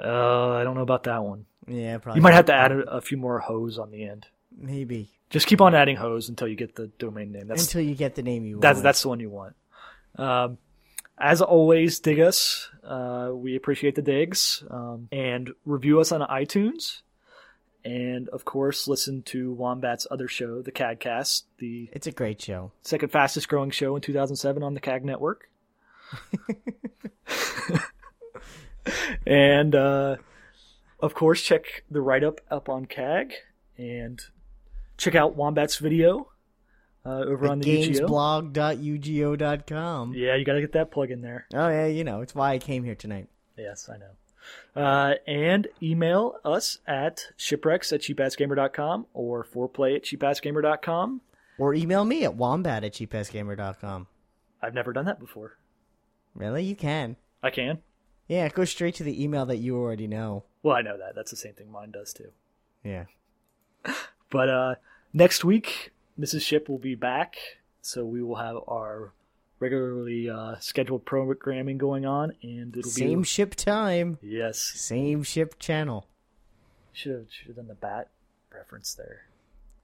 Uh, I don't know about that one. Yeah, probably. You might have to add a, a few more hoes on the end. maybe Just keep on adding hoes until you get the domain name. That's until you get the name you that's want. that's the one you want. Um, As always, dig us. Uh, we appreciate the digs. Um, and review us on iTunes. And of course, listen to Wombat's other show, The CADcast, the It's a great show. second fastest growing show in 2007 on the CAG network. and uh, of course, check the write up up on CAG and check out Wombat's video uh, over on the UGO. Gamesblog.ugo.com. Yeah, you got to get that plug in there. Oh yeah, you know it's why I came here tonight. Yes, I know. Uh, and email us at shipwrecks at cheapassgamer.com or foreplay at cheapassgamer.com. Or email me at wombat at cheapassgamer.com. I've never done that before. Really, you can. I can. Yeah, go straight to the email that you already know. Well, I know that. That's the same thing mine does too. Yeah. But uh, next week, Mrs. Ship will be back, so we will have our regularly uh, scheduled programming going on, and it'll Same be ship time, yes. same ship channel. Should have should have done the bat reference there.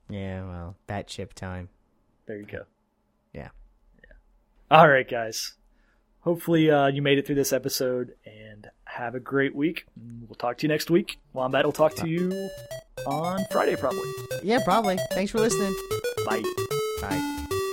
Yeah, well, bat ship time. There you go. Yeah. All right, guys. Hopefully, uh, you made it through this episode, and have a great week. We'll talk to you next week. Wombat will talk to you on Friday, probably. Yeah, probably. Thanks for listening. Bye. Bye.